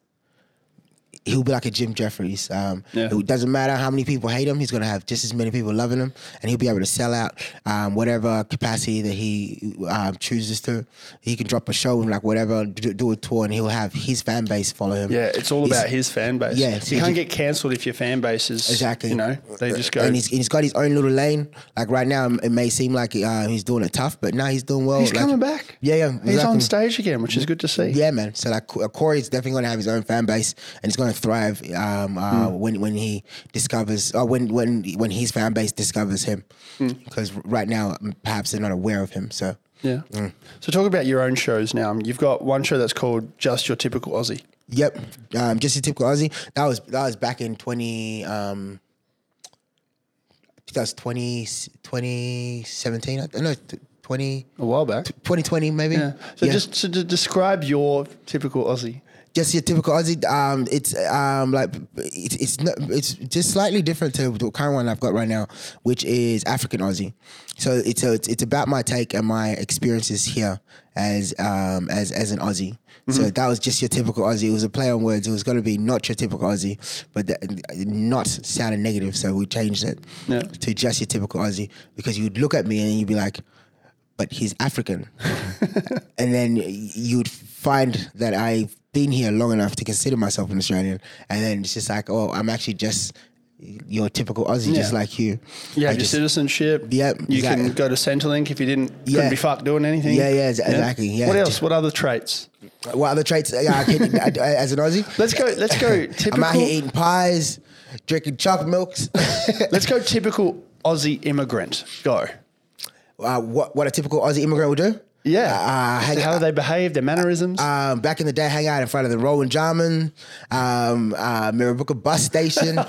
Speaker 1: he'll be like a Jim Jeffries. Um,
Speaker 2: Yeah.
Speaker 1: It doesn't matter how many people hate him; he's gonna have just as many people loving him, and he'll be able to sell out um, whatever capacity that he um, chooses to. He can drop a show and like whatever, do, do a tour, and he'll have his fan base follow him.
Speaker 2: Yeah, it's all
Speaker 1: He's-
Speaker 2: about his fan base.
Speaker 1: Yeah,
Speaker 2: you can't get cancelled if your fan base is
Speaker 1: Exactly.
Speaker 2: You know, they just go.
Speaker 1: And
Speaker 2: he's,
Speaker 1: he's, he's got his own little lane. Like right now, it may seem like uh, he's doing it tough, but now he's doing well. like-
Speaker 2: coming back.
Speaker 1: Yeah, yeah,
Speaker 2: He's on
Speaker 1: exactly.
Speaker 2: stage again, which is good to see.
Speaker 1: Yeah, man. So like, Co- Corey's definitely going to have his own fan base, and he's going to thrive um, uh,
Speaker 2: Hmm.
Speaker 1: when when he discovers, or when when when his fan base discovers him,
Speaker 2: Hmm.
Speaker 1: because right now perhaps they're not aware of him. So
Speaker 2: Yeah.
Speaker 1: Mm.
Speaker 2: So talk about your own shows now. You've got one show that's called Just Your Typical Aussie.
Speaker 1: Yep, um, just a typical Aussie. That was that was back in twenty. Um, I think that was 20, 2017. I- No, t- 20,
Speaker 2: A while back.
Speaker 1: 2020 maybe.
Speaker 2: Yeah. So
Speaker 1: Yeah.
Speaker 2: just so to describe your typical Aussie.
Speaker 1: just your typical Aussie. Um, it's um like it's it's not, it's just slightly different to the current one I've got right now, which is African Aussie. So it's a, it's, it's about my take and my experiences here as um as as an Aussie. So that was just your typical Aussie. It was a play on words. It was going to be not your typical Aussie, but the, not sounded negative. So we changed it
Speaker 2: Yeah.
Speaker 1: to just your typical Aussie because you'd look at me and you'd be like, but he's African. and then you'd find that I've been here long enough to consider myself an Australian. And then it's just like, oh, I'm actually just your typical Aussie, just
Speaker 2: Yeah.
Speaker 1: like you.
Speaker 2: You
Speaker 1: I
Speaker 2: have your
Speaker 1: just-
Speaker 2: citizenship.
Speaker 1: Yep,
Speaker 2: You
Speaker 1: exactly.
Speaker 2: can go to Centrelink if you didn't
Speaker 1: Yeah.
Speaker 2: couldn't be fucked doing anything.
Speaker 1: Yeah, yeah, ex- exactly, yeah.
Speaker 2: What else? What other traits?
Speaker 1: what other traits? uh, Yeah, I can, I, I- as an Aussie,
Speaker 2: Let's go let's go
Speaker 1: I'm out here
Speaker 2: typical
Speaker 1: eating pies, drinking chocolate milks.
Speaker 2: let's go typical Aussie immigrant. Go.
Speaker 1: uh, what, what a typical Aussie immigrant would do?
Speaker 2: Yeah.
Speaker 1: Uh, hang,
Speaker 2: How they behave, their mannerisms.
Speaker 1: um, back in the day, hang out in front of the Rowan Jarman, um, uh, Mirabooka bus station.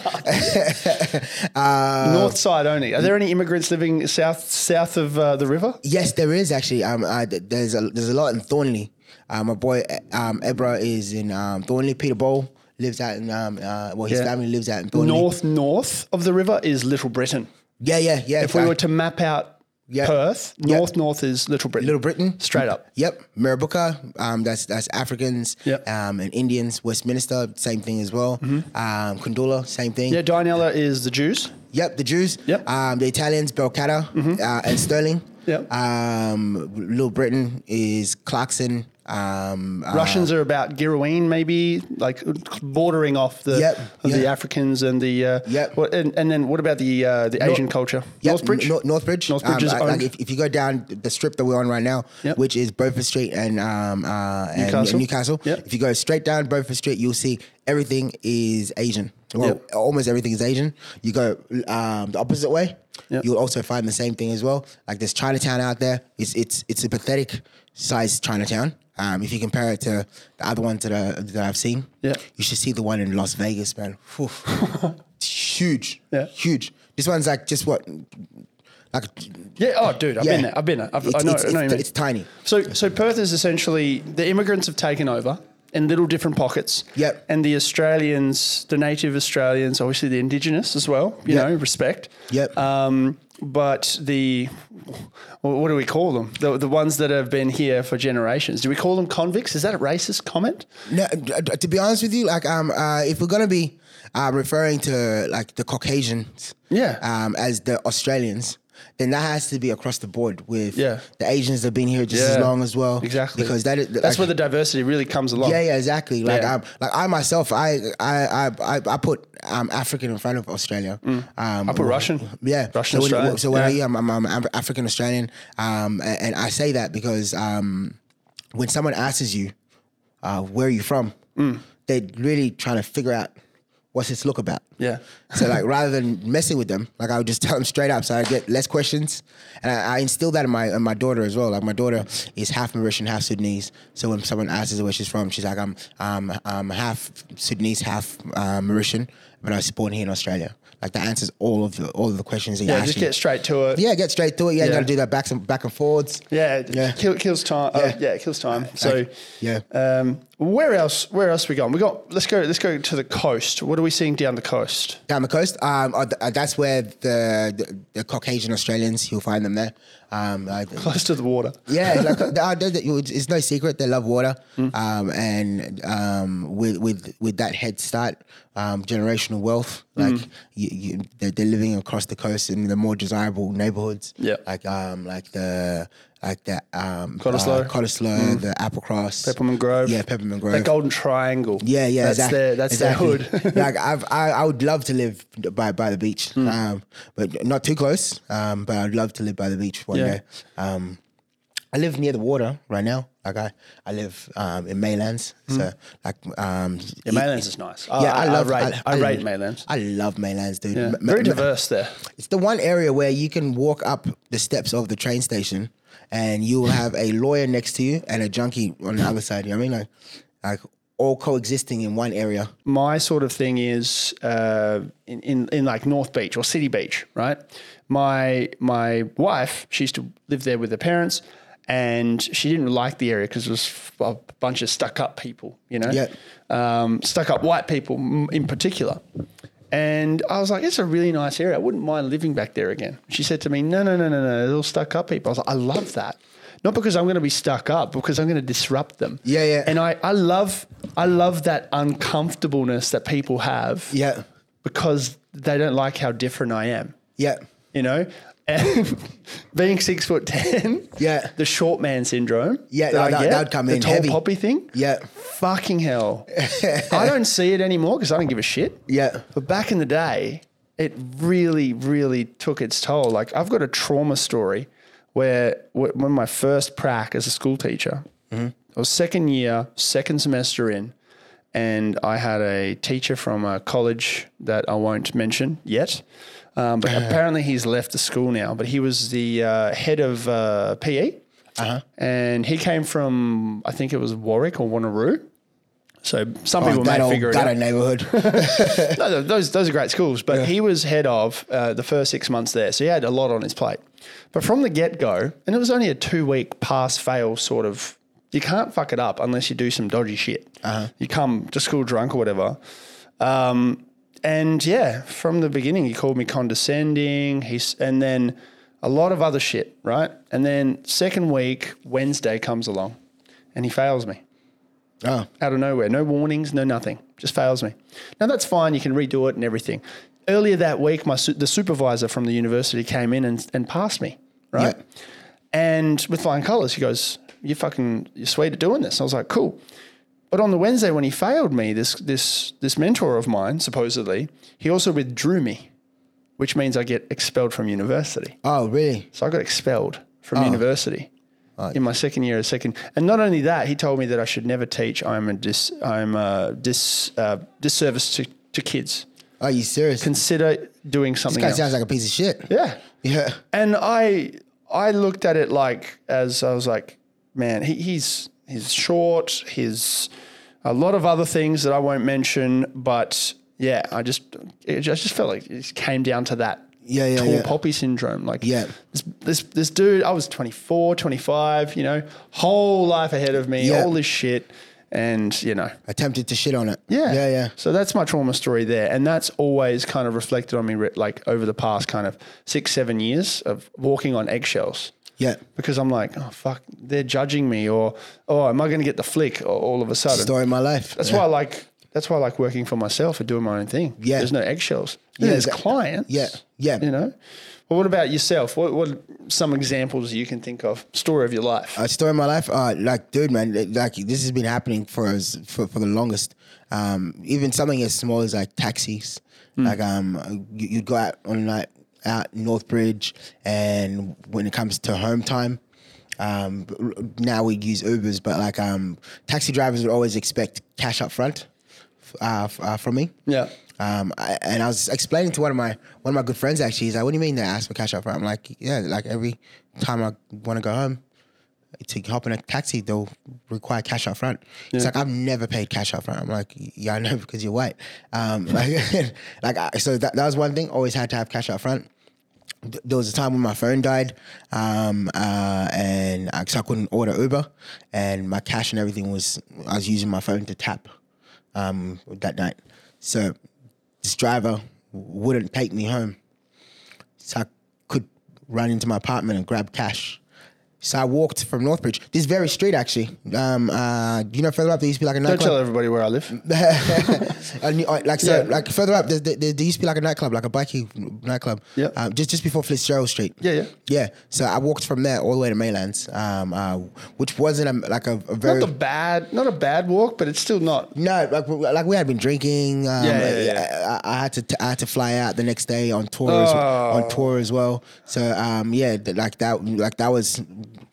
Speaker 1: Uh,
Speaker 2: North side only. Are there any immigrants living south south of uh, the river?
Speaker 1: Yes, there is actually. Um, uh, th- there's a there's a lot in Thornley. Uh, my boy um, Ebra is in um, Thornley. Peter Bowl lives out in um, uh, well, his
Speaker 2: Yeah.
Speaker 1: family lives out in Thornley.
Speaker 2: North north of the river is Little Britain.
Speaker 1: Yeah, yeah, yeah.
Speaker 2: If we were to map out
Speaker 1: Yeah.
Speaker 2: Perth,
Speaker 1: Yeah.
Speaker 2: north north is Little Britain.
Speaker 1: Little Britain,
Speaker 2: Straight up.
Speaker 1: Yep, Mirabooka. Um, that's that's Africans.
Speaker 2: Yep. Mm-hmm.
Speaker 1: Um, and Indians. Westminster, same thing as well. Um, Condola, same thing.
Speaker 2: Yeah, Dianella is the Jews.
Speaker 1: Yep, the Jews.
Speaker 2: Yep. Mm-hmm.
Speaker 1: Um, the Italians, Belcata uh, and Sterling.
Speaker 2: Yep.
Speaker 1: Um, Little Britain is Clarkson. Um, uh,
Speaker 2: Russians are about Girouin, maybe like bordering off the
Speaker 1: Yep,
Speaker 2: of the
Speaker 1: yeah.
Speaker 2: Africans and the uh,
Speaker 1: Yep.
Speaker 2: what, and, and then what about the uh, the Asian culture?
Speaker 1: Yep,
Speaker 2: Northbridge.
Speaker 1: Nor- Northbridge.
Speaker 2: Northbridge is
Speaker 1: like-
Speaker 2: owned.
Speaker 1: like if, if you go down the strip that we're on right now,
Speaker 2: Yep.
Speaker 1: which is Beaufort Street and um, uh, and-
Speaker 2: Newcastle.
Speaker 1: and Newcastle.
Speaker 2: Yep.
Speaker 1: If you go straight down Beaufort Street, you'll see everything is Asian. Well,
Speaker 2: Yep.
Speaker 1: almost everything is Asian. You go um, the opposite way,
Speaker 2: Yep.
Speaker 1: you'll also find the same thing as well. Like there's Chinatown out there. It's it's it's a pathetic sized Chinatown. Um, if you compare it to the other ones that, are, that I've seen,
Speaker 2: Yeah.
Speaker 1: you should see the one in Las Vegas, man. Phew. It's huge,
Speaker 2: Yeah.
Speaker 1: huge. This one's like just what like
Speaker 2: yeah. Oh, dude, I've
Speaker 1: yeah.
Speaker 2: been there. I've been there. I've, I
Speaker 1: It's-
Speaker 2: know.
Speaker 1: it's-
Speaker 2: I know
Speaker 1: it's-
Speaker 2: what you mean.
Speaker 1: it's tiny.
Speaker 2: So so Perth is essentially the immigrants have taken over in little different pockets.
Speaker 1: Yep.
Speaker 2: And the Australians, the native Australians, obviously the indigenous as well. You
Speaker 1: Yep.
Speaker 2: know, respect.
Speaker 1: Yep.
Speaker 2: Um, but the wh- what do we call them? The, the ones that have been here for generations. Do we call them convicts? Is that a racist comment?
Speaker 1: No, d- d- to be honest with you, like um, uh, if we're gonna be uh, referring to like the Caucasians,
Speaker 2: Yeah.
Speaker 1: um, as the Australians, then that has to be across the board with
Speaker 2: Yeah.
Speaker 1: the Asians that've been here just as
Speaker 2: Yeah.
Speaker 1: long as well,
Speaker 2: Exactly.
Speaker 1: because that is
Speaker 2: That's
Speaker 1: like-
Speaker 2: where the diversity really comes along.
Speaker 1: yeah, yeah, exactly. Like
Speaker 2: Yeah.
Speaker 1: um, like I myself, I I I I, I put um, African in front of Australia. Um, I
Speaker 2: Mm. put Russian.
Speaker 1: Yeah,
Speaker 2: Russian
Speaker 1: So when,
Speaker 2: Australian.
Speaker 1: so when I,
Speaker 2: Yeah.
Speaker 1: yeah, I'm, I'm, I'm Af- African Australian, um, a- and, I say that because um, when someone asks you, uh, "Where are you from?"
Speaker 2: Mm.
Speaker 1: They're really trying to figure out what's this look about.
Speaker 2: Yeah.
Speaker 1: So like rather than messing with them, like I would just tell them straight up, so I get less questions, and I, I instill that in my in my daughter as well. Like my daughter is half Mauritian, half Sudanese. So when someone asks her where she's from, she's like, I'm um I'm half Sudanese, half uh, Mauritian, but I was born here in Australia. Like that answers all of the all of the questions that you
Speaker 2: Yeah,
Speaker 1: ask.
Speaker 2: just
Speaker 1: you.
Speaker 2: get straight to it.
Speaker 1: yeah, get straight to it. Yeah, you
Speaker 2: Yeah.
Speaker 1: gotta do that back and back and forwards.
Speaker 2: Yeah, it
Speaker 1: Yeah.
Speaker 2: Kill, kills time. Yeah.
Speaker 1: Yeah.
Speaker 2: yeah, it kills time. So,
Speaker 1: yeah.
Speaker 2: Um, where else? Where else we going? We got. Let's go. Let's go to the coast. What are we seeing down the coast?
Speaker 1: down the coast. Um, uh, th- uh, that's where the, the the Caucasian Australians you'll find them there. Um, like-
Speaker 2: Close to the water.
Speaker 1: Yeah, like uh, uh, th- th- it's no secret they love water, um, and um, with with with that head start, um, generational wealth. Like
Speaker 2: Mm-hmm.
Speaker 1: you, you, they're, they're living across the coast in the more desirable neighborhoods.
Speaker 2: Yeah.
Speaker 1: like um, like the like the um,
Speaker 2: Cottesloe.
Speaker 1: uh, Cottesloe, the Apple Cross,
Speaker 2: Mm-hmm. Peppermint Grove.
Speaker 1: Yeah, Peppermint Grove.
Speaker 2: That golden triangle.
Speaker 1: Yeah, yeah,
Speaker 2: That's
Speaker 1: exactly.
Speaker 2: their. That's
Speaker 1: exactly.
Speaker 2: their hood. Hmm.
Speaker 1: like I've, I, I would love to live by by the beach, um, but not too close. Um, but I'd love to live by the beach one
Speaker 2: Yeah.
Speaker 1: day. Um, I live near the water right now. Like I, I live um, in Maylands, so like um,
Speaker 2: Hmm. yeah, Maylands is nice.
Speaker 1: yeah, I love
Speaker 2: I rate, I, rate Maylands.
Speaker 1: I love Maylands, dude.
Speaker 2: Yeah.
Speaker 1: Ma- ma-
Speaker 2: Very
Speaker 1: ma-
Speaker 2: diverse there.
Speaker 1: it's the one area where you can walk up the steps of the train station and you will have a lawyer next to you and a junkie on the other side. You know what I mean? Like, like all coexisting in one area.
Speaker 2: my sort of thing is uh, in, in in like North Beach or City Beach, right? My my wife, she used to live there with her parents, and she didn't like the area because it was f- a bunch of stuck up people, you know,
Speaker 1: Yeah.
Speaker 2: um, stuck up white people m- in particular. And I was like, it's a really nice area. I wouldn't mind living back there again. She said to me, no, no, no, no, no, they're all stuck up people. I was like, I love that. Not because I'm going to be stuck up, because I'm going to disrupt them.
Speaker 1: Yeah, yeah.
Speaker 2: And I, I love I love that uncomfortableness that people have
Speaker 1: Yeah.
Speaker 2: because they don't like how different I am.
Speaker 1: Yeah.
Speaker 2: You know? And being six foot ten,
Speaker 1: Yeah.
Speaker 2: the short man syndrome.
Speaker 1: Yeah,
Speaker 2: I
Speaker 1: that-
Speaker 2: get,
Speaker 1: that'd come
Speaker 2: the
Speaker 1: in
Speaker 2: tall
Speaker 1: heavy.
Speaker 2: poppy thing.
Speaker 1: Yeah.
Speaker 2: Fucking hell. I don't see it anymore because I don't give a shit.
Speaker 1: Yeah.
Speaker 2: But back in the day, it really, really took its toll. Like I've got a trauma story where wh- when my first prac as a school teacher,
Speaker 1: Mm-hmm.
Speaker 2: I was second year, second semester in, and I had a teacher from a college that I won't mention yet. Um, but apparently he's left the school now. But he was the uh, head of uh, PE,
Speaker 1: Uh-huh.
Speaker 2: and he came from I think it was Warwick or Wanneroo. So some
Speaker 1: Oh,
Speaker 2: people
Speaker 1: that
Speaker 2: may
Speaker 1: old,
Speaker 2: figure it
Speaker 1: that
Speaker 2: out
Speaker 1: old neighborhood. Oh,
Speaker 2: no, no, those those are great schools. But he was head of uh, the first six months there, so he had a lot on his plate. But from the get go, and it was only a two week pass fail sort of. You can't fuck it up unless you do some dodgy shit. You come to school drunk or whatever. Um, and yeah, from the beginning, he called me condescending. He's and then a lot of other shit, right? And then second week, Wednesday comes along, and he fails me
Speaker 1: oh,
Speaker 2: out of nowhere. No warnings, no nothing. Just fails me. Now that's fine. You can redo it and everything. Earlier that week, my su- the supervisor from the university came in and, and passed me, right?
Speaker 1: Yeah.
Speaker 2: And with flying colors, he goes, "You fucking, you're sweet at doing this." I was like, "Cool." But on the Wednesday when he failed me, this this this mentor of mine supposedly, he also withdrew me, which means I get expelled from university.
Speaker 1: oh, really?
Speaker 2: So I got expelled from
Speaker 1: Ah.
Speaker 2: university in my second year of second. And not only that, he told me that I should never teach. I'm a dis. I'm a dis. Uh, disservice to, to kids.
Speaker 1: Are you serious? This
Speaker 2: Consider doing something
Speaker 1: guy
Speaker 2: else.
Speaker 1: sounds like a piece of shit.
Speaker 2: yeah.
Speaker 1: Yeah.
Speaker 2: And I I looked at it like as I was like, man, he, he's he's short. He's a lot of other things that I won't mention, but. Yeah, I just, it just, I just felt like it just came down to that
Speaker 1: Yeah, yeah,
Speaker 2: tall
Speaker 1: yeah.
Speaker 2: poppy syndrome. Like,
Speaker 1: Yeah.
Speaker 2: this, this, this dude, I was 24, 25, you know, whole life ahead of me,
Speaker 1: Yeah.
Speaker 2: all this shit. And, you know,
Speaker 1: Attempted to shit on it.
Speaker 2: yeah.
Speaker 1: Yeah, yeah.
Speaker 2: So that's my trauma story there. And that's always kind of reflected on me, re- like over the past kind of six, seven years of walking on eggshells
Speaker 1: Yeah.
Speaker 2: because I'm like, oh, fuck, they're judging me or, oh, am I going to get the flick or, all of a sudden?
Speaker 1: Story of my life.
Speaker 2: That's
Speaker 1: yeah.
Speaker 2: why I like, that's why I like working for myself and doing my own thing.
Speaker 1: Yeah.
Speaker 2: There's no eggshells. Yeah, There's
Speaker 1: exact-
Speaker 2: clients.
Speaker 1: Yeah, yeah.
Speaker 2: You know? Well, what about yourself? What, what some examples you can think of? Story of your life.
Speaker 1: a story of my life. Uh, like, dude, man, it- like this has been happening for us for, for the longest. Um, even something as small as like taxis. Like, um, you, you'd go out on like out Northbridge, and when it comes to home time, um, now we use Ubers, but like, um, taxi drivers would always expect cash up front, uh, f- uh, from me.
Speaker 2: yeah.
Speaker 1: Um, I, and I was explaining to one of my one of my good friends actually. He's like, "What do you mean they ask for cash up front?" I'm like, "Yeah, like every time I want to go home to hop in a taxi, they'll require cash up front." He's like, "I've never paid cash up front." I'm like, "Yeah, I know because you're white." Um, like, like I, so that, that was one thing. Always had to have cash up front th- there was a time when my phone died, um, uh, and I, so I couldn't order Uber, and my cash and everything was I was using my phone to tap um, that night. So this driver wouldn't take me home, so I could run into my apartment and grab cash. So I walked from Northbridge, this very street actually. Um, uh, you know, further up there used to be like a
Speaker 2: Don't
Speaker 1: nightclub.
Speaker 2: tell everybody where I live.
Speaker 1: and you- like so,
Speaker 2: Yeah.
Speaker 1: like further up, there, there, there used to be like a nightclub, like a bikie nightclub.
Speaker 2: Yeah.
Speaker 1: Um, just just before Fitzgerald Street.
Speaker 2: Yeah, yeah.
Speaker 1: Yeah. So I walked from there all the way to Maylands, um, uh, which wasn't a, like a, a very
Speaker 2: Not the bad, not a bad walk, but it's still not.
Speaker 1: no, like, like we had been drinking. Um,
Speaker 2: Yeah, yeah, yeah.
Speaker 1: I, I had to t- I had to fly out the next day on tour as,
Speaker 2: Oh.
Speaker 1: on tour as well. So um, yeah, th- like that like that was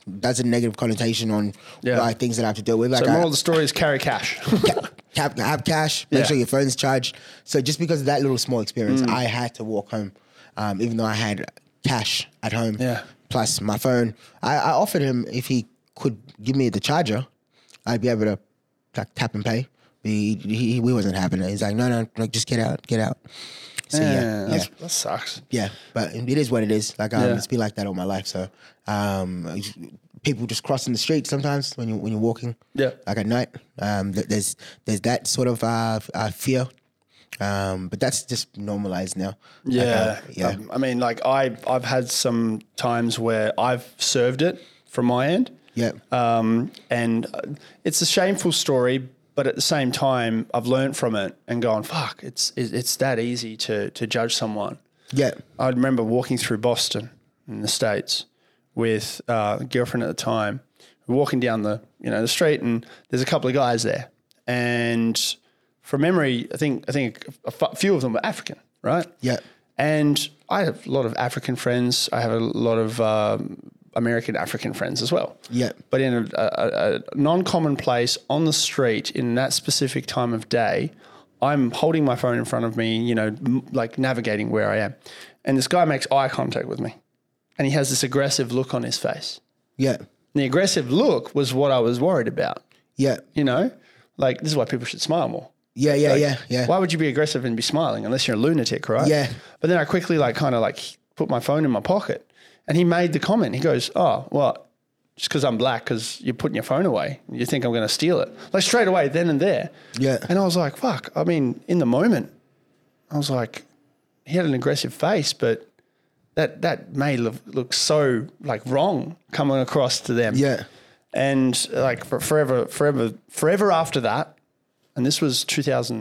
Speaker 1: that's a negative connotation on
Speaker 2: Yeah.
Speaker 1: like things that I have to deal with. Like
Speaker 2: So,
Speaker 1: I-
Speaker 2: moral of the story is carry cash.
Speaker 1: ca- have, have cash, make
Speaker 2: Yeah. Mm.
Speaker 1: sure your phone's charged. So just because of that little small experience, I had to walk home, um, even though I had cash at home,
Speaker 2: Yeah.
Speaker 1: plus my phone. I, I offered him if he could give me the charger, I'd be able to like, tap and pay. He, he, we wasn't having it. He's like, no, no, like just get out, get out. So yeah, yeah,
Speaker 2: that's- that sucks.
Speaker 1: yeah. But it is what it is. Like um,
Speaker 2: Yeah.
Speaker 1: it's been like that all my life. So um, people just crossing the street sometimes when you when you're walking.
Speaker 2: Yeah.
Speaker 1: Like at night, um, th- there's there's that sort of uh, uh fear. Um, but that's just normalized now. Like, uh,
Speaker 2: Yeah,
Speaker 1: yeah.
Speaker 2: Um, I mean, like I I've had some times where I've served it from my end.
Speaker 1: yeah.
Speaker 2: Um, and uh, it's a shameful story, but at the same time, I've learned from it and gone, fuck, it's it- it's that easy to to judge someone.
Speaker 1: yeah.
Speaker 2: I remember walking through Boston in the states with uh, a girlfriend at the time. We're walking down the you know the street, and there's a couple of guys there, and from memory, I think I think a f- few of them were African, right?
Speaker 1: Yeah.
Speaker 2: And I have a lot of African friends. I have a lot of um, American African friends as well.
Speaker 1: Yeah.
Speaker 2: But in a, a, a non-common place on the street in that specific time of day, I'm holding my phone in front of me, you know, m- like navigating where I am. And this guy makes eye contact with me, and he has this aggressive look on his face.
Speaker 1: Yeah.
Speaker 2: And the aggressive look was what I was worried about.
Speaker 1: Yeah.
Speaker 2: You know, like this is why people should smile more.
Speaker 1: Yeah. Yeah. Yeah. Yeah.
Speaker 2: Why would you be aggressive and be smiling unless you're a lunatic, right?
Speaker 1: Yeah.
Speaker 2: But then I quickly like kind of like put my phone in my pocket, and he made the comment. He goes, "Oh, well, just because I'm black, because you're putting your phone away, you think I'm going to steal it?" Like straight away, then and there.
Speaker 1: Yeah.
Speaker 2: And I was like, "Fuck!" I mean, in the moment, I was like, he had an aggressive face, but that that may look, look so like wrong coming across to them
Speaker 1: Yeah.
Speaker 2: and like for forever, forever, forever after that, and this was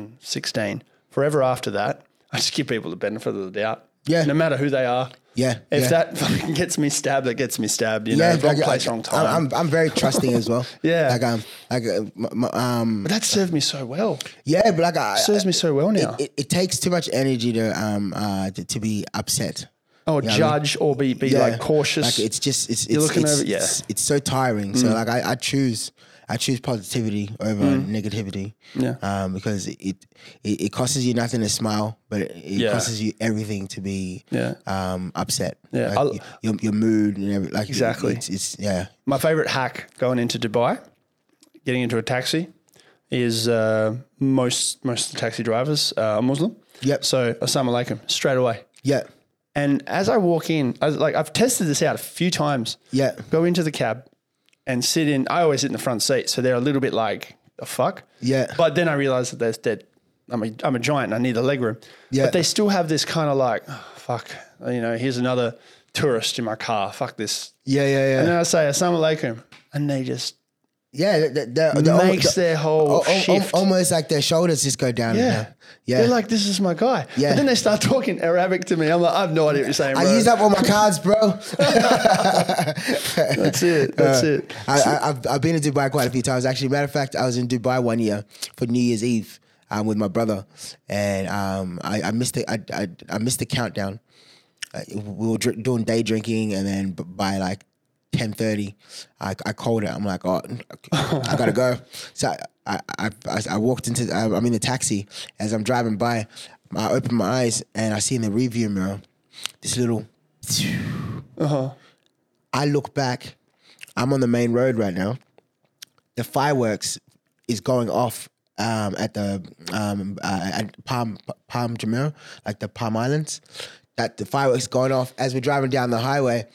Speaker 2: 2016. Forever after that, I just give people the benefit of the doubt.
Speaker 1: Yeah.
Speaker 2: No matter who they are.
Speaker 1: Yeah,
Speaker 2: If
Speaker 1: yeah.
Speaker 2: that fucking gets me stabbed, that gets me stabbed. You know, wrong
Speaker 1: like,
Speaker 2: place,
Speaker 1: I-
Speaker 2: wrong time.
Speaker 1: I'm, I'm, I'm very trusting as well.
Speaker 2: Yeah.
Speaker 1: Like um, like uh, m- m- um,
Speaker 2: but that served me so well.
Speaker 1: yeah, but like I,
Speaker 2: serves me so well now.
Speaker 1: it, it takes too much energy to um uh to, to be upset. You know
Speaker 2: or
Speaker 1: what I mean?
Speaker 2: judge or be, be like cautious.
Speaker 1: Like it's just it's it's,
Speaker 2: You're looking
Speaker 1: it's,
Speaker 2: over- yeah. Mm.
Speaker 1: it's, it's so tiring. So like I, I choose I choose positivity over negativity.
Speaker 2: Yeah.
Speaker 1: Um, because it, it it costs you nothing to smile, but it, it
Speaker 2: Yeah.
Speaker 1: costs you everything to be
Speaker 2: Yeah.
Speaker 1: um upset.
Speaker 2: Yeah,
Speaker 1: Like,
Speaker 2: I'll-
Speaker 1: y- your your mood and everything. Like it-
Speaker 2: Exactly.
Speaker 1: It's, it's yeah.
Speaker 2: My favorite hack going into Dubai, getting into a taxi, is uh, most most of the taxi drivers uh, are Muslim.
Speaker 1: Yep.
Speaker 2: So, assalamu alaikum, straight away.
Speaker 1: Yeah.
Speaker 2: And as I walk in, I was like I've tested this out a few times.
Speaker 1: Yeah.
Speaker 2: Go into the cab and sit in. I always sit in the front seat, so they're a little bit like the fuck.
Speaker 1: Yeah.
Speaker 2: But then I realized that they're dead. I'm a, I'm a giant. And I need the leg room.
Speaker 1: Yeah.
Speaker 2: But they still have this kind of like "Oh, fuck. You know, here's another tourist in my car. Fuck this.
Speaker 1: Yeah, yeah,
Speaker 2: And
Speaker 1: yeah.
Speaker 2: then I say assalamu alaikum, and they just
Speaker 1: Yeah, they- they- they're, they're almo-
Speaker 2: makes their whole
Speaker 1: al- al-
Speaker 2: shift.
Speaker 1: almost like their shoulders just go down.
Speaker 2: yeah.
Speaker 1: oh, yeah.
Speaker 2: They're like, this is my guy.
Speaker 1: Yeah.
Speaker 2: But then they start talking Arabic to me. I'm like, I have no idea what you're saying.
Speaker 1: I
Speaker 2: bro."
Speaker 1: used up all my cards, bro.
Speaker 2: That's it.
Speaker 1: Uh,
Speaker 2: That's it.
Speaker 1: I, I, I've, I've been to Dubai quite a few times. Actually, matter of fact, I was in Dubai one year for New Year's Eve um, with my brother, and um, I, I missed the I, I, I missed the countdown. Uh, we were dr- doing day drinking, and then b- by like ten thirty, I, I called it. I'm like, oh, I gotta go. So I I, I, I- I walked into I, I'm in the taxi as I'm driving by. I open my eyes and I see in the rearview mirror this little. I look back, I'm on the main road right now. The fireworks is going off um, at the um, uh, at Palm Palm Jumeirah, like the Palm Islands. That the fireworks going off as we're driving down the highway.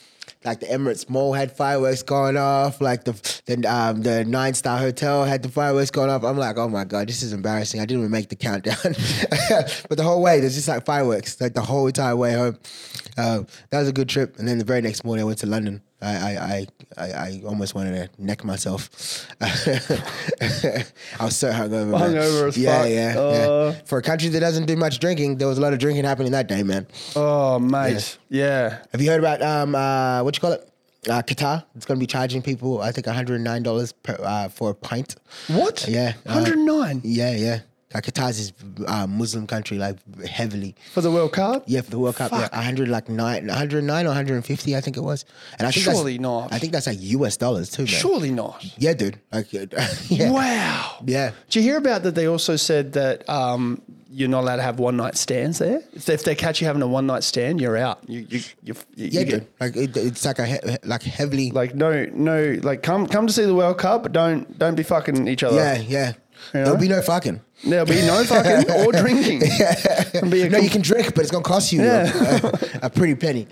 Speaker 1: Like the Emirates Mall had fireworks going off. Like the the um, the Nine Star Hotel had the fireworks going off. I'm like, oh my god, this is embarrassing. I didn't even make the countdown. but the whole way, there's just like fireworks, like the whole entire way home. Uh, that was a good trip. And then the very next morning, I went to London. I I I, I, I almost wanted to neck myself. I was so hungover. man.
Speaker 2: Hungover as
Speaker 1: yeah,
Speaker 2: fuck.
Speaker 1: yeah, yeah.
Speaker 2: Uh.
Speaker 1: For a country that doesn't do much drinking, there was a lot of drinking happening that day, man.
Speaker 2: Oh, mate. Yeah.
Speaker 1: Have you heard about um uh what you call it? Uh, Qatar, it's going to be charging people, I think, $109 per, uh, for a pint.
Speaker 2: What?
Speaker 1: Yeah, uh,
Speaker 2: 109
Speaker 1: Yeah, yeah. Like Qatar's is uh, Muslim country, like heavily.
Speaker 2: for the World Cup?
Speaker 1: Yeah, for the World Cup, yeah,
Speaker 2: Fuck.
Speaker 1: 100 like nine, 109 or 150, I think it was. And I think that's-
Speaker 2: Surely not.
Speaker 1: I think that's like US dollars too, man.
Speaker 2: Surely not.
Speaker 1: Yeah, dude. Like, yeah.
Speaker 2: Wow.
Speaker 1: Yeah.
Speaker 2: Did you hear about that? They also said that um, you're not allowed to have one night stands there. If they, if they catch you having a one night stand, you're out. You, you, you, you,
Speaker 1: Yeah,
Speaker 2: you
Speaker 1: dude. Like it, it's like a he- like heavily.
Speaker 2: like no, no, like come, come to see the World Cup, but don't, don't be fucking each other.
Speaker 1: yeah, yeah.
Speaker 2: Yeah.
Speaker 1: There'll be no fucking.
Speaker 2: There'll be no fucking or drinking. It'll be a
Speaker 1: No, you can drink, but it's gonna cost you a-
Speaker 2: Yeah.
Speaker 1: a, pretty penny.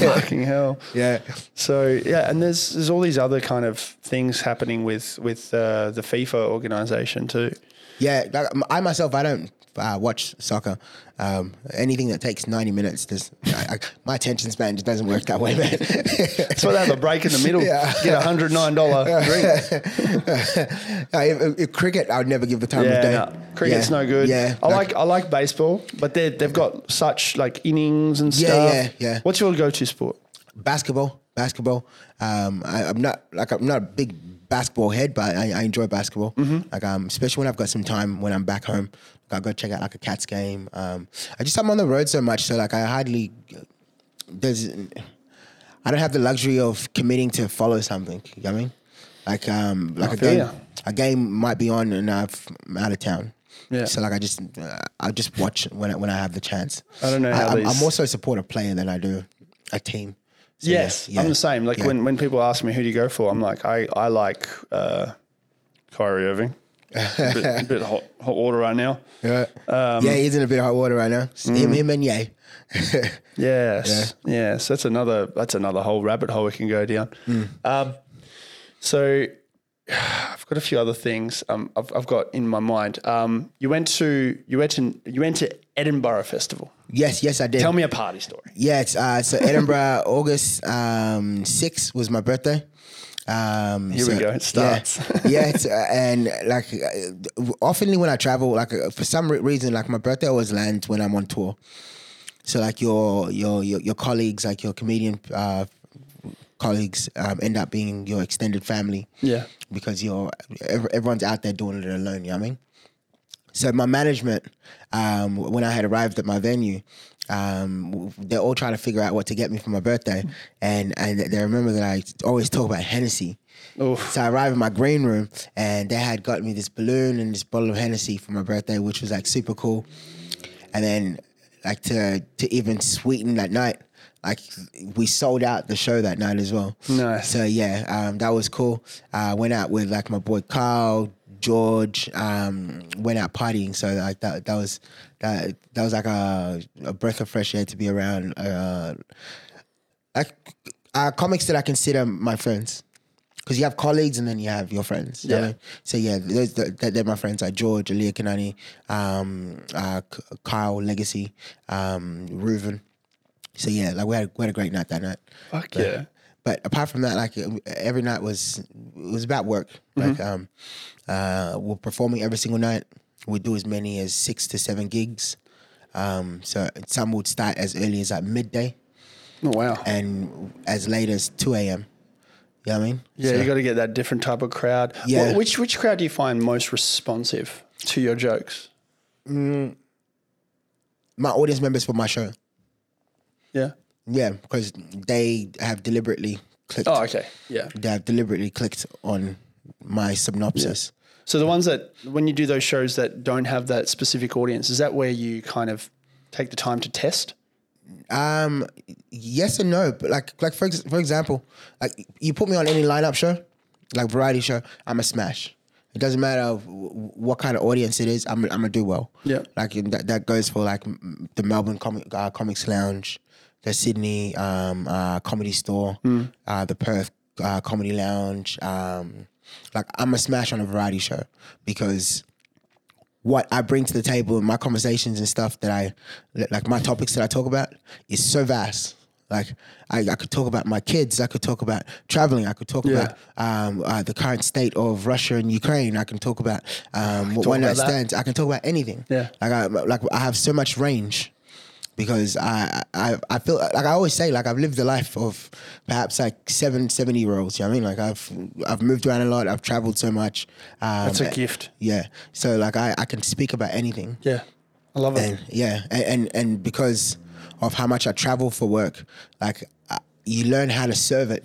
Speaker 2: fucking hell.
Speaker 1: yeah.
Speaker 2: So yeah, and there's there's all these other kind of things happening with with uh, the FIFA organization too.
Speaker 1: Yeah, like, m- I myself, I don't uh, watch soccer. Um, anything that takes ninety minutes, does I, I, my attention span just doesn't work that way, man.
Speaker 2: So they have a break in the middle.
Speaker 1: Yeah.
Speaker 2: Get a hundred nine dollar drink.
Speaker 1: Uh, if- if cricket, I would never give the time of
Speaker 2: Yeah,
Speaker 1: day.
Speaker 2: no. cricket's
Speaker 1: Yeah.
Speaker 2: no good.
Speaker 1: Yeah,
Speaker 2: I like I like baseball, but they they've got such like innings and
Speaker 1: Yeah,
Speaker 2: stuff.
Speaker 1: yeah, yeah.
Speaker 2: What's your go to sport?
Speaker 1: basketball. Basketball. Um, I, I'm not like I'm not a big basketball head, but I, I enjoy basketball.
Speaker 2: Mm-hmm.
Speaker 1: Like um, especially when I've got some time when I'm back home, I go check out like a Cats game. Um, I just I'm on the road so much, so like I hardly there's I don't have the luxury of committing to follow something. You know what I mean? Like um, like
Speaker 2: I
Speaker 1: a
Speaker 2: feel
Speaker 1: game,
Speaker 2: ya.
Speaker 1: a game might be on and I've, I'm out of town.
Speaker 2: Yeah.
Speaker 1: So like I just uh, I just watch when I, when I have the chance.
Speaker 2: I don't know how
Speaker 1: I'm,
Speaker 2: these-
Speaker 1: I'm also support a player than I do a team. So, yeah,
Speaker 2: Yes,
Speaker 1: yeah,
Speaker 2: I'm the same. Like
Speaker 1: yeah.
Speaker 2: when, when people ask me who do you go for, I'm like I I like uh, Kyrie Irving. bit, bit hot hot water right now.
Speaker 1: Yeah.
Speaker 2: um,
Speaker 1: yeah, he's in a bit of hot water right now. It's
Speaker 2: Mm.
Speaker 1: Him, him, and Ye.
Speaker 2: Yes. Yes. That's another that's another whole rabbit hole we can go down.
Speaker 1: Hmm.
Speaker 2: Um, so I've got a few other things um, I've, I've got in my mind. Um, you went to you went to you went to Edinburgh Festival.
Speaker 1: Yes, yes, I did.
Speaker 2: Tell me a party story.
Speaker 1: Yeah, it's, uh, so Edinburgh, August um, 6th was my birthday. Um, Here
Speaker 2: we go, it starts.
Speaker 1: Yeah, yeah it's, uh, and like uh, oftenly when I travel, like uh, for some re- reason, like my birthday always lands when I'm on tour. So like your your your, your colleagues, like your comedian uh, colleagues, um, end up being your extended family.
Speaker 2: Yeah.
Speaker 1: because you're ev- everyone's out there doing it alone. You know what I mean? So my management, um, when I had arrived at my venue, um, w- they're all trying to figure out what to get me for my birthday, and and they remember that I always talk about Hennessy. So I arrived in my green room, and they had got me this balloon and this bottle of Hennessy for my birthday, which was like super cool. And then, like to to even sweeten that night, like we sold out the show that night as well.
Speaker 2: Nice.
Speaker 1: So yeah, um, that was cool. I went out with like my boy Carl, George. Um, went out partying, so like that that was that that was like a, a breath of fresh air to be around. Uh, like uh, comics that I consider my friends. Because you have colleagues and then you have your friends. you know what I
Speaker 2: Yeah.
Speaker 1: mean? So yeah, those, th th- they're my friends like George, Aaliyah Kanani, um, uh, K- Kyle Legacy, um, Reuven. So yeah, like we had, we had a great night that night.
Speaker 2: Fuck
Speaker 1: But-
Speaker 2: yeah.
Speaker 1: But apart from that, like um, every night was it was about work. Like um, uh, we're performing every single night. We do as many as six to seven gigs. Um, so some would start as early as like midday
Speaker 2: Oh wow.
Speaker 1: and as late as 2 a.m. You know what I mean?
Speaker 2: Yeah,
Speaker 1: So-
Speaker 2: you got to get that different type of crowd.
Speaker 1: Yeah.
Speaker 2: Wh- Which which crowd do you find most responsive to your jokes?
Speaker 1: my audience members for my show.
Speaker 2: Yeah.
Speaker 1: Yeah, because they have deliberately clicked.
Speaker 2: Oh, okay. Yeah.
Speaker 1: They have deliberately clicked on my synopsis.
Speaker 2: So the ones that when you do those shows that don't have that specific audience, is that where you kind of take the time to test?
Speaker 1: Um, yes and no, but like, like for ex- for example, like you put me on any lineup show, like variety show, I'm a smash. It doesn't matter w- w- what kind of audience it is, I'm I'm gonna do well.
Speaker 2: Yeah.
Speaker 1: like and that, that goes for like m- the Melbourne Comic uh, Comics Lounge, the Sydney um, uh, Comedy Store, uh, the Perth uh, Comedy Lounge. Um, like I'm a smash on a variety show because what I bring to the table and my conversations and stuff that I like my topics that I talk about is so vast. Like I, I could talk about my kids, I could talk about traveling, I could talk about um, uh, the current state of Russia and Ukraine. I can talk about um, what one night
Speaker 2: about that.
Speaker 1: stands. I can talk about anything.
Speaker 2: Yeah.
Speaker 1: like I like I have so much range because I I, I feel like I always say like I've lived the life of perhaps like seven seventy year olds. You know what I mean? Like I've I've moved around a lot. I've traveled so much. Um,
Speaker 2: That's a gift.
Speaker 1: yeah. So like I, I can speak about anything.
Speaker 2: Yeah. I love it.
Speaker 1: And yeah, and, and and because of how much I travel for work, like I, you learn how to serve it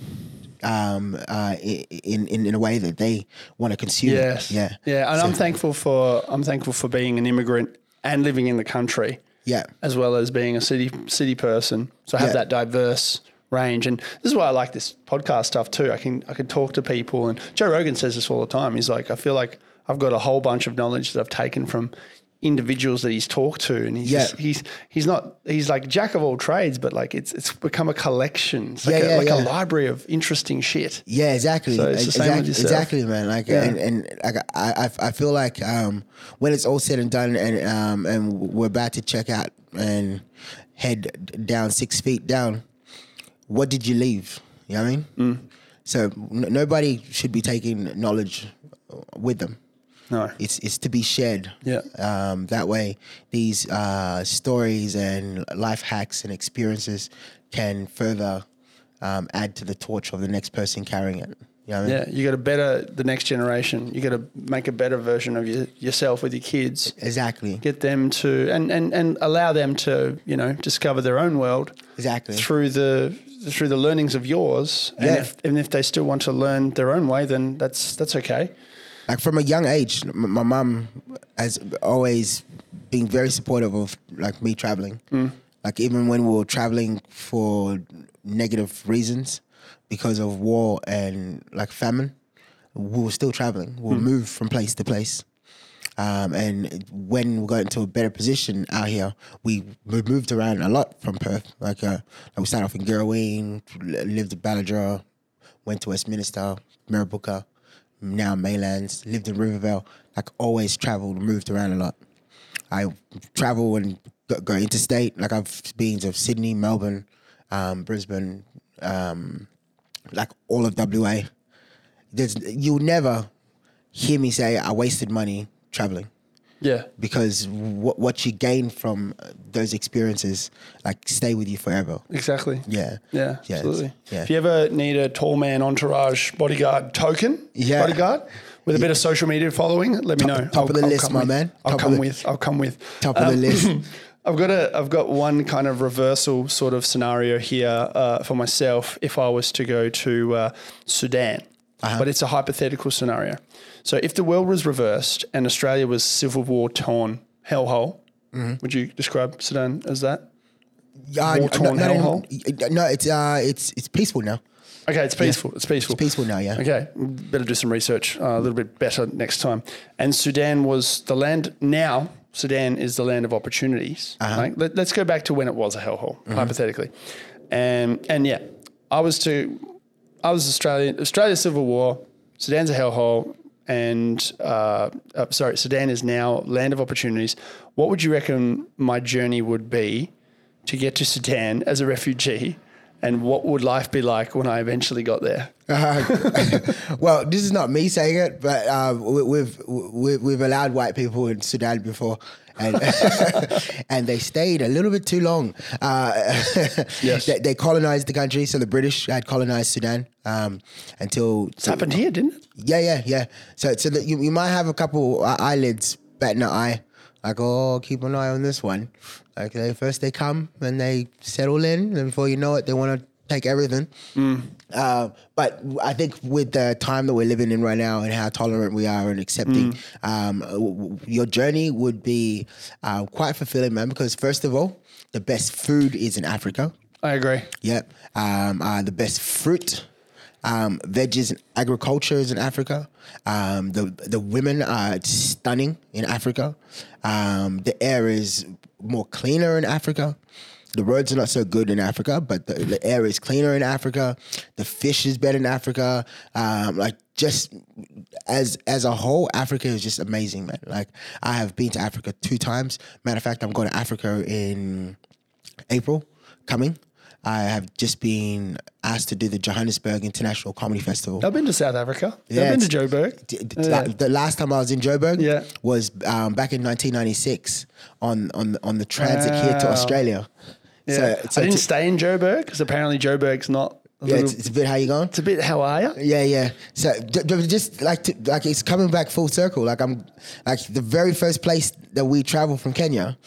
Speaker 1: um uh i- in in, in a way that they want to consume
Speaker 2: Yes.
Speaker 1: it. Yeah.
Speaker 2: Yeah. And I'm thankful for I'm thankful for being an immigrant and living in the country.
Speaker 1: Yeah.
Speaker 2: As well as being a city city person. So I have
Speaker 1: Yeah.
Speaker 2: that diverse range. And this is why I like this podcast stuff too. I can I can talk to people and Joe Rogan says this all the time. He's like, I feel like I've got a whole bunch of knowledge that I've taken from individuals that he's talked to, and he's
Speaker 1: Yeah.
Speaker 2: just- he's he's not he's like jack of all trades, but like it's it's become a collection, it's like,
Speaker 1: Yeah,
Speaker 2: a,
Speaker 1: yeah,
Speaker 2: like a
Speaker 1: yeah.
Speaker 2: library of interesting shit.
Speaker 1: Yeah, exactly.
Speaker 2: So it's the same
Speaker 1: exactly,
Speaker 2: with yourself.
Speaker 1: exactly, man. Like, and, and like, I, I, I feel like um, when it's all said and done, and um, and we're about to check out and head down six feet down, what did you leave? You know what I mean?
Speaker 2: Mm.
Speaker 1: So n- nobody should be taking knowledge with them.
Speaker 2: No,
Speaker 1: It's it's to be shared.
Speaker 2: Yeah.
Speaker 1: Um, that way, these uh, stories and life hacks and experiences can further um, add to the torch of the next person carrying it. You know what I mean?
Speaker 2: yeah, you got to better the next generation. You got to make a better version of your, yourself with your kids.
Speaker 1: Exactly.
Speaker 2: Get them to and, and and allow them to you know discover their own world.
Speaker 1: Exactly.
Speaker 2: through the through the learnings of yours. And,
Speaker 1: Yeah.
Speaker 2: if, and if they still want to learn their own way, then that's that's okay.
Speaker 1: Like from a young age, m- my mum has always been very supportive of like me traveling.
Speaker 2: Mm.
Speaker 1: Like even when we were traveling for negative reasons because of war and like famine, we were still traveling. We'll
Speaker 2: Mm.
Speaker 1: move from place to place. Um, and when we got into a better position out here, we we moved around a lot from Perth. Like, uh, like we started off in Gerween, li- lived in Balladra, went to Westminster, Mirrabooka, now Maylands, lived in Rivervale. Like, always traveled, moved around a lot. I travel and go, go interstate. Like, I've been to Sydney, Melbourne, um, Brisbane, um, like all of WA. There's, you'll never hear me say I wasted money traveling
Speaker 2: Yeah,
Speaker 1: because what what you gain from those experiences like stay with you forever.
Speaker 2: exactly.
Speaker 1: Yeah.
Speaker 2: Yeah,
Speaker 1: Yeah,
Speaker 2: absolutely.
Speaker 1: it's- yeah.
Speaker 2: If you ever need a tall man entourage bodyguard token,
Speaker 1: Yeah.
Speaker 2: bodyguard with a bit of social media following, let me know.
Speaker 1: top of the list,
Speaker 2: come
Speaker 1: my
Speaker 2: with-
Speaker 1: man.
Speaker 2: I'll
Speaker 1: Top of
Speaker 2: come
Speaker 1: the-
Speaker 2: with. I'll come with. Um,
Speaker 1: Top of the list.
Speaker 2: I've got a I've got one kind of reversal sort of scenario here uh, for myself if I was to go to uh, Sudan,
Speaker 1: Uh-huh.
Speaker 2: but it's a hypothetical scenario. So if the world was reversed and Australia was civil war torn hellhole,
Speaker 1: Mm-hmm.
Speaker 2: would you describe Sudan as that?
Speaker 1: Uh,
Speaker 2: War-torn
Speaker 1: no, no,
Speaker 2: hellhole?
Speaker 1: no, no, it's uh, it's it's peaceful now.
Speaker 2: Okay, it's peaceful. It's peaceful.
Speaker 1: It's peaceful now. Yeah.
Speaker 2: Okay, better do some research uh, a little bit better next time. And Sudan was the land now. Sudan is the land of opportunities. Like, let, us go back to when it was a hellhole, hypothetically, and and yeah, I was to, I was Australian. Australia civil war. Sudan's a hellhole, and uh, uh, sorry, Sudan is now land of opportunities. What would you reckon my journey would be to get to Sudan as a refugee? And what would life be like when I eventually got there?
Speaker 1: Uh, well, this is not me saying it, but uh, we, we've we, we've allowed white people in Sudan before, and and they stayed a little bit too long. Uh,
Speaker 2: Yes.
Speaker 1: they, they colonized the country, so the British had colonized Sudan um, until
Speaker 2: It's happened here, didn't it?
Speaker 1: Yeah, yeah, yeah. So, so that you, you might have a couple uh, eyelids batting an eye, like oh, keep an eye on this one. Like they first they come and they settle in, and before you know it, they want to take everything. Uh, but I think with the time that we're living in right now and how tolerant we are and accepting, um, w- w- your journey would be uh, quite fulfilling, man. Because first of all, the best food is in Africa.
Speaker 2: I agree.
Speaker 1: Yep. Um, uh, the best fruit, um, veggies, and agriculture is in Africa. Um, the the women are stunning in Africa. Um, the air is more cleaner in Africa. The roads are not so good in Africa, but the, the air is cleaner in Africa. The fish is better in Africa. Um, like just as as a whole, Africa is just amazing, man. Like I have been to Africa two times. Matter of fact, I'm going to Africa in April coming. I have just been asked to do the Johannesburg International Comedy Festival.
Speaker 2: I've been to South Africa.
Speaker 1: Yeah,
Speaker 2: I've been to
Speaker 1: it's-
Speaker 2: Joburg.
Speaker 1: D- d- la- The last time I was in Joburg
Speaker 2: Yeah.
Speaker 1: was um, back in 1996 on on on the transit here to
Speaker 2: Wow.
Speaker 1: Australia.
Speaker 2: Yeah.
Speaker 1: So, so
Speaker 2: I didn't
Speaker 1: to-
Speaker 2: stay in Joburg because apparently Joburg's not. A
Speaker 1: yeah,
Speaker 2: little,
Speaker 1: it's,
Speaker 2: it's,
Speaker 1: it's a bit how you going?
Speaker 2: a bit. How are you?
Speaker 1: Yeah, yeah. So d- d- just like to, like it's coming back full circle. Like I'm like the very first place that we traveled from Kenya,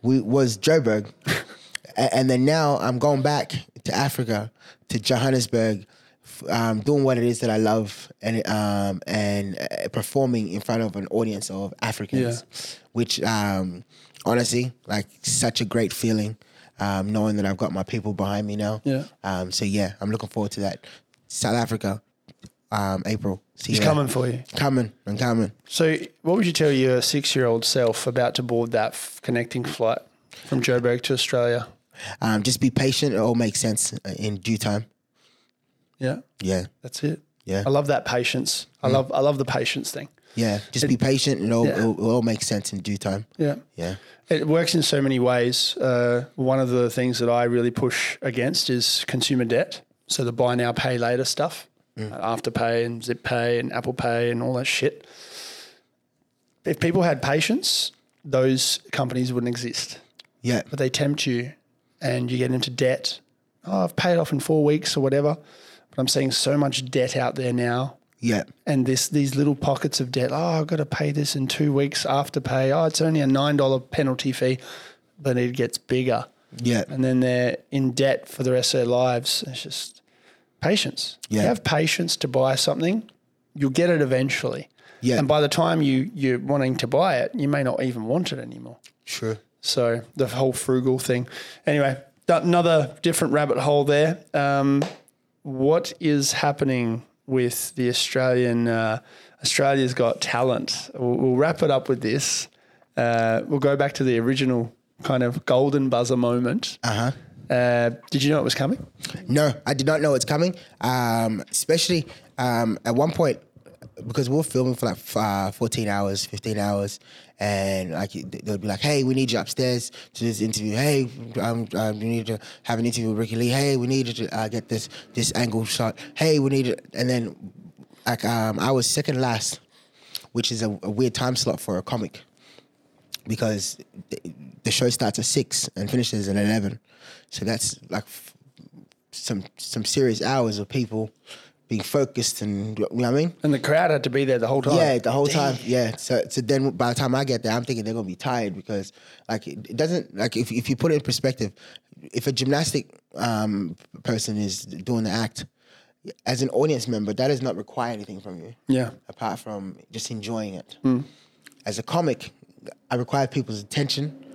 Speaker 1: we was Joburg, A- and then now I'm going back to Africa to Johannesburg, f- um, doing what it is that I love and um, and uh, performing in front of an audience of Africans, which um, honestly like such a great feeling. Um, knowing that I've got my people behind me now,
Speaker 2: Yeah.
Speaker 1: um, so yeah, I'm looking forward to that. South Africa, um, April. See
Speaker 3: He's
Speaker 1: ya.
Speaker 3: coming for you.
Speaker 1: Coming. I'm coming.
Speaker 2: So, what would you tell your six-year-old self about to board that f- connecting flight from Joburg to Australia?
Speaker 1: Um, just be patient. It all makes sense in due time.
Speaker 2: Yeah,
Speaker 1: Yeah.
Speaker 2: that's it.
Speaker 1: Yeah. Mm.
Speaker 2: I love that patience. I love I love the patience thing.
Speaker 1: Yeah. Just be patient and it'll,
Speaker 2: Yeah.
Speaker 1: it'll, it'll all make sense in due time.
Speaker 2: Yeah.
Speaker 1: Yeah.
Speaker 2: It works in so many ways. Uh, one of the things that I really push against is consumer debt. So the buy now, pay later stuff, uh, Afterpay and Zip Pay and Apple Pay and all that shit. If people had patience, those companies wouldn't exist.
Speaker 1: Yeah.
Speaker 2: But they tempt you and you get into debt. Oh, I've paid off in four weeks or whatever. But I'm seeing so much debt out there now
Speaker 1: Yeah.
Speaker 2: and this these little pockets of debt. Oh, I've got to pay this in two weeks after pay. Oh, it's only a nine dollar penalty fee, but it gets bigger,
Speaker 1: Yeah.
Speaker 2: and then they're in debt for the rest of their lives. It's just patience.
Speaker 1: Yeah.
Speaker 2: You have patience to buy something, you'll get it eventually.
Speaker 1: Yeah.
Speaker 2: And by the time you you're wanting to buy it, you may not even want it anymore.
Speaker 1: Sure.
Speaker 2: So the whole frugal thing. Anyway, th- another different rabbit hole there. Um, what is happening with the Australian? Uh, Australia's Got Talent. We'll, we'll wrap it up with this. Uh, we'll go back to the original kind of golden buzzer moment.
Speaker 1: Uh huh.
Speaker 2: Uh, did you know it was coming?
Speaker 1: No, I did not know it's coming. Um, especially um, at one point because we were filming for like f- uh, 14 hours, 15 hours, and like they'd be like, "Hey, we need you upstairs to this interview. Hey, um, um, we need to have an interview with Ricky Lee. Hey, we need you to uh, get this this angle shot. Hey, we need it." And then like um, I was second last, which is a, a weird time slot for a comic because the- the show starts at six and finishes at eleven, so that's like f- some some serious hours of people being focused and you know what I mean.
Speaker 2: And the crowd had to be there the whole time.
Speaker 1: Yeah, the whole time. Yeah. So, so then by the time I get there, I'm thinking they're gonna be tired because like it doesn't like if if you put it in perspective, if a gymnastic um, person is doing the act, as an audience member, that does not require anything from you.
Speaker 2: Yeah.
Speaker 1: Apart from just enjoying it. As a comic, I require people's attention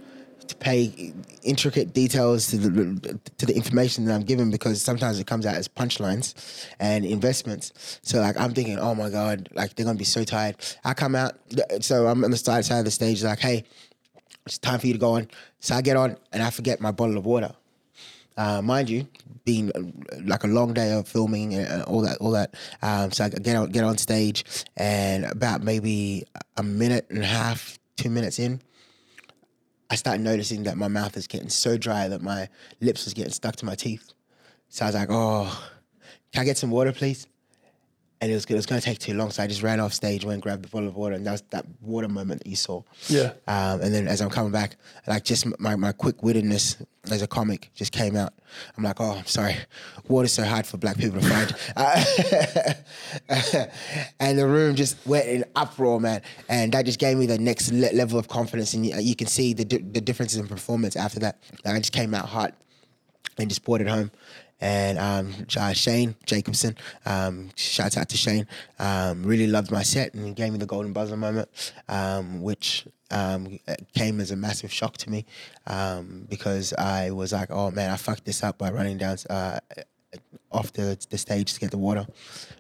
Speaker 1: to pay intricate details to the to the information that I'm given because sometimes it comes out as punchlines and investments. So like I'm thinking, oh my god, like they're gonna be so tired. I come out, so I'm on the side side of the stage, like, hey, it's time for you to go on. So I get on and I forget my bottle of water. Uh, mind you, being uh, like a long day of filming and and all that, all that. Um, so I get on, get on stage, and about maybe a minute and a half, two minutes in, I started noticing that my mouth is getting so dry that my lips was getting stuck to my teeth. So I was like, "Oh, can I get some water, please?" And it was it was going to take too long, so I just ran off stage, went and grabbed the bottle of water, and that was that water moment that you saw.
Speaker 2: Yeah.
Speaker 1: Um, and then as I'm coming back, like just my, my quick wittedness as a comic just came out. I'm like, oh, I'm sorry. Water's so hard for black people to find. Uh, and the room just went in uproar, man. And that just gave me the next le- level of confidence. And you, you can see the, di- the differences in performance after that. Like I just came out hot and just brought it home. And um, uh, Shane Jacobson, um, shouts out to Shane, um, really loved my set and gave me the golden buzzer moment, um, which um, came as a massive shock to me um, because I was like, oh man, I fucked this up by running down uh, off the, the stage to get the water.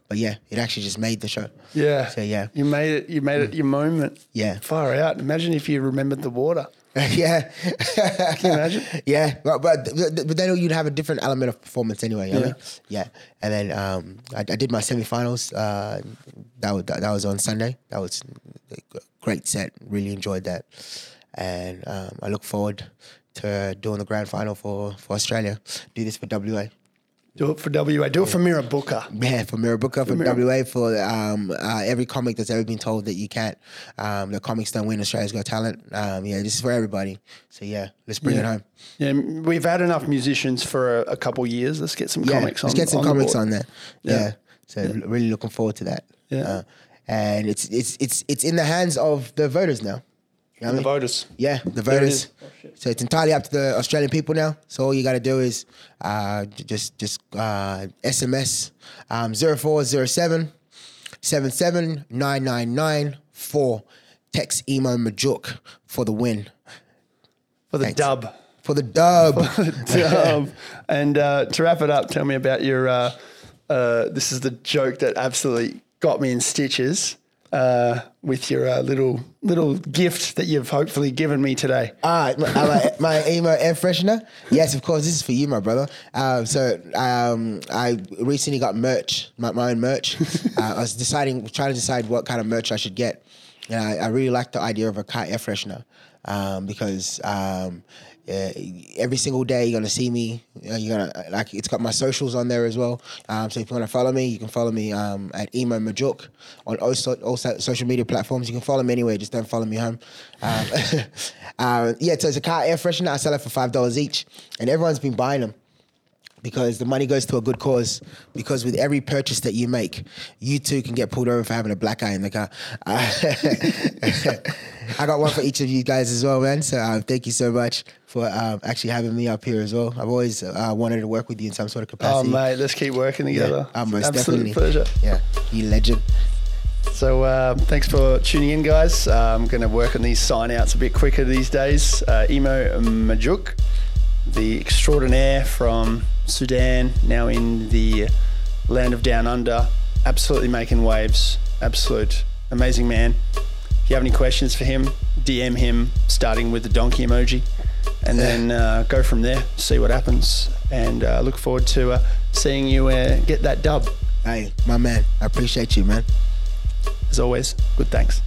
Speaker 1: But yeah, it actually just made the show.
Speaker 2: Yeah.
Speaker 1: So yeah.
Speaker 2: You made it. You made it your moment.
Speaker 1: Yeah.
Speaker 2: Far out. Imagine if you remembered the water.
Speaker 1: yeah.
Speaker 2: Can you imagine?
Speaker 1: Yeah, but but, but then you'd have a different element of performance anyway. Yeah,
Speaker 2: Yeah.
Speaker 1: yeah. And then um, I, I did my semifinals. Uh, that was that was on Sunday. That was a great set. Really enjoyed that, and um, I look forward to doing the grand final for for Australia. Do this for WA.
Speaker 2: Do it for WA. Do it for Mira Booker.
Speaker 1: Yeah, for Mirabooka, for WA, for um, uh, every comic that's ever been told that you can't, um, the comics don't win. Australia's Got Talent. Um, yeah, this is for everybody. So yeah, let's bring it home.
Speaker 2: Yeah, m- we've had enough musicians for a, a couple years. Let's get some
Speaker 1: Yeah,
Speaker 2: comics on.
Speaker 1: Let's get some
Speaker 2: the
Speaker 1: comics
Speaker 2: board.
Speaker 1: on that. Yeah. So really looking forward to that. Uh,
Speaker 2: Yeah.
Speaker 1: and it's it's it's it's in the hands of the voters now. You know what I
Speaker 2: The
Speaker 1: mean?
Speaker 2: voters.
Speaker 1: Yeah, the
Speaker 2: it
Speaker 1: voters.
Speaker 2: is. Oh, shit.
Speaker 1: so it's entirely up to the Australian people now. So all you got to do is uh, j- just just uh, SMS um, 0407 7799994. Text emo Majuk for the win.
Speaker 2: For the
Speaker 1: Thanks.
Speaker 2: dub. Um,
Speaker 1: For the dub.
Speaker 2: dub. And uh, to wrap it up, tell me about your uh, Uh, this is the joke that absolutely got me in stitches uh, with your uh, little little gift that you've hopefully given me today.
Speaker 1: Ah, my, my, my emo air freshener. Yes, of course. This is for you, my brother. Um, so um, I recently got merch, my, my own merch. uh, I was deciding, trying to decide what kind of merch I should get, and I, I really liked the idea of a car air freshener um, because um, uh, every single day you're gonna see me. You know, You're gonna like it's got my socials on there as well. Um, so if you wanna follow me, you can follow me um, at emo majuk on all, so, all so- social media platforms. You can follow me anywhere. Just don't follow me home. Um, um, yeah, so it's a car air freshener. I sell it for five dollars each, and everyone's been buying them because the money goes to a good cause. Because with every purchase that you make, you too can get pulled over for having a black eye in the car. Uh, I got one for each of you guys as well, man. So uh, thank you so much for um, actually having me up here as well. I've always uh, wanted to work with you in some sort of
Speaker 2: Oh
Speaker 1: capacity.
Speaker 2: mate, let's keep working together.
Speaker 1: Uh, most
Speaker 2: Absolute
Speaker 1: definitely.
Speaker 2: pleasure.
Speaker 1: Yeah, you legend.
Speaker 2: So uh, thanks for tuning in, guys. Uh, I'm going to work on these sign outs a bit quicker these days. Uh, Emo Majuk, the extraordinaire from Sudan, now in the land of Down Under, absolutely making waves. Absolute amazing man. If you have any questions for him, DM him, starting with the donkey emoji, and then uh, go from there. See what happens, and uh, look forward to uh, seeing you uh, get that dub.
Speaker 1: Hey, my man, I appreciate you, man.
Speaker 2: As always, good thanks.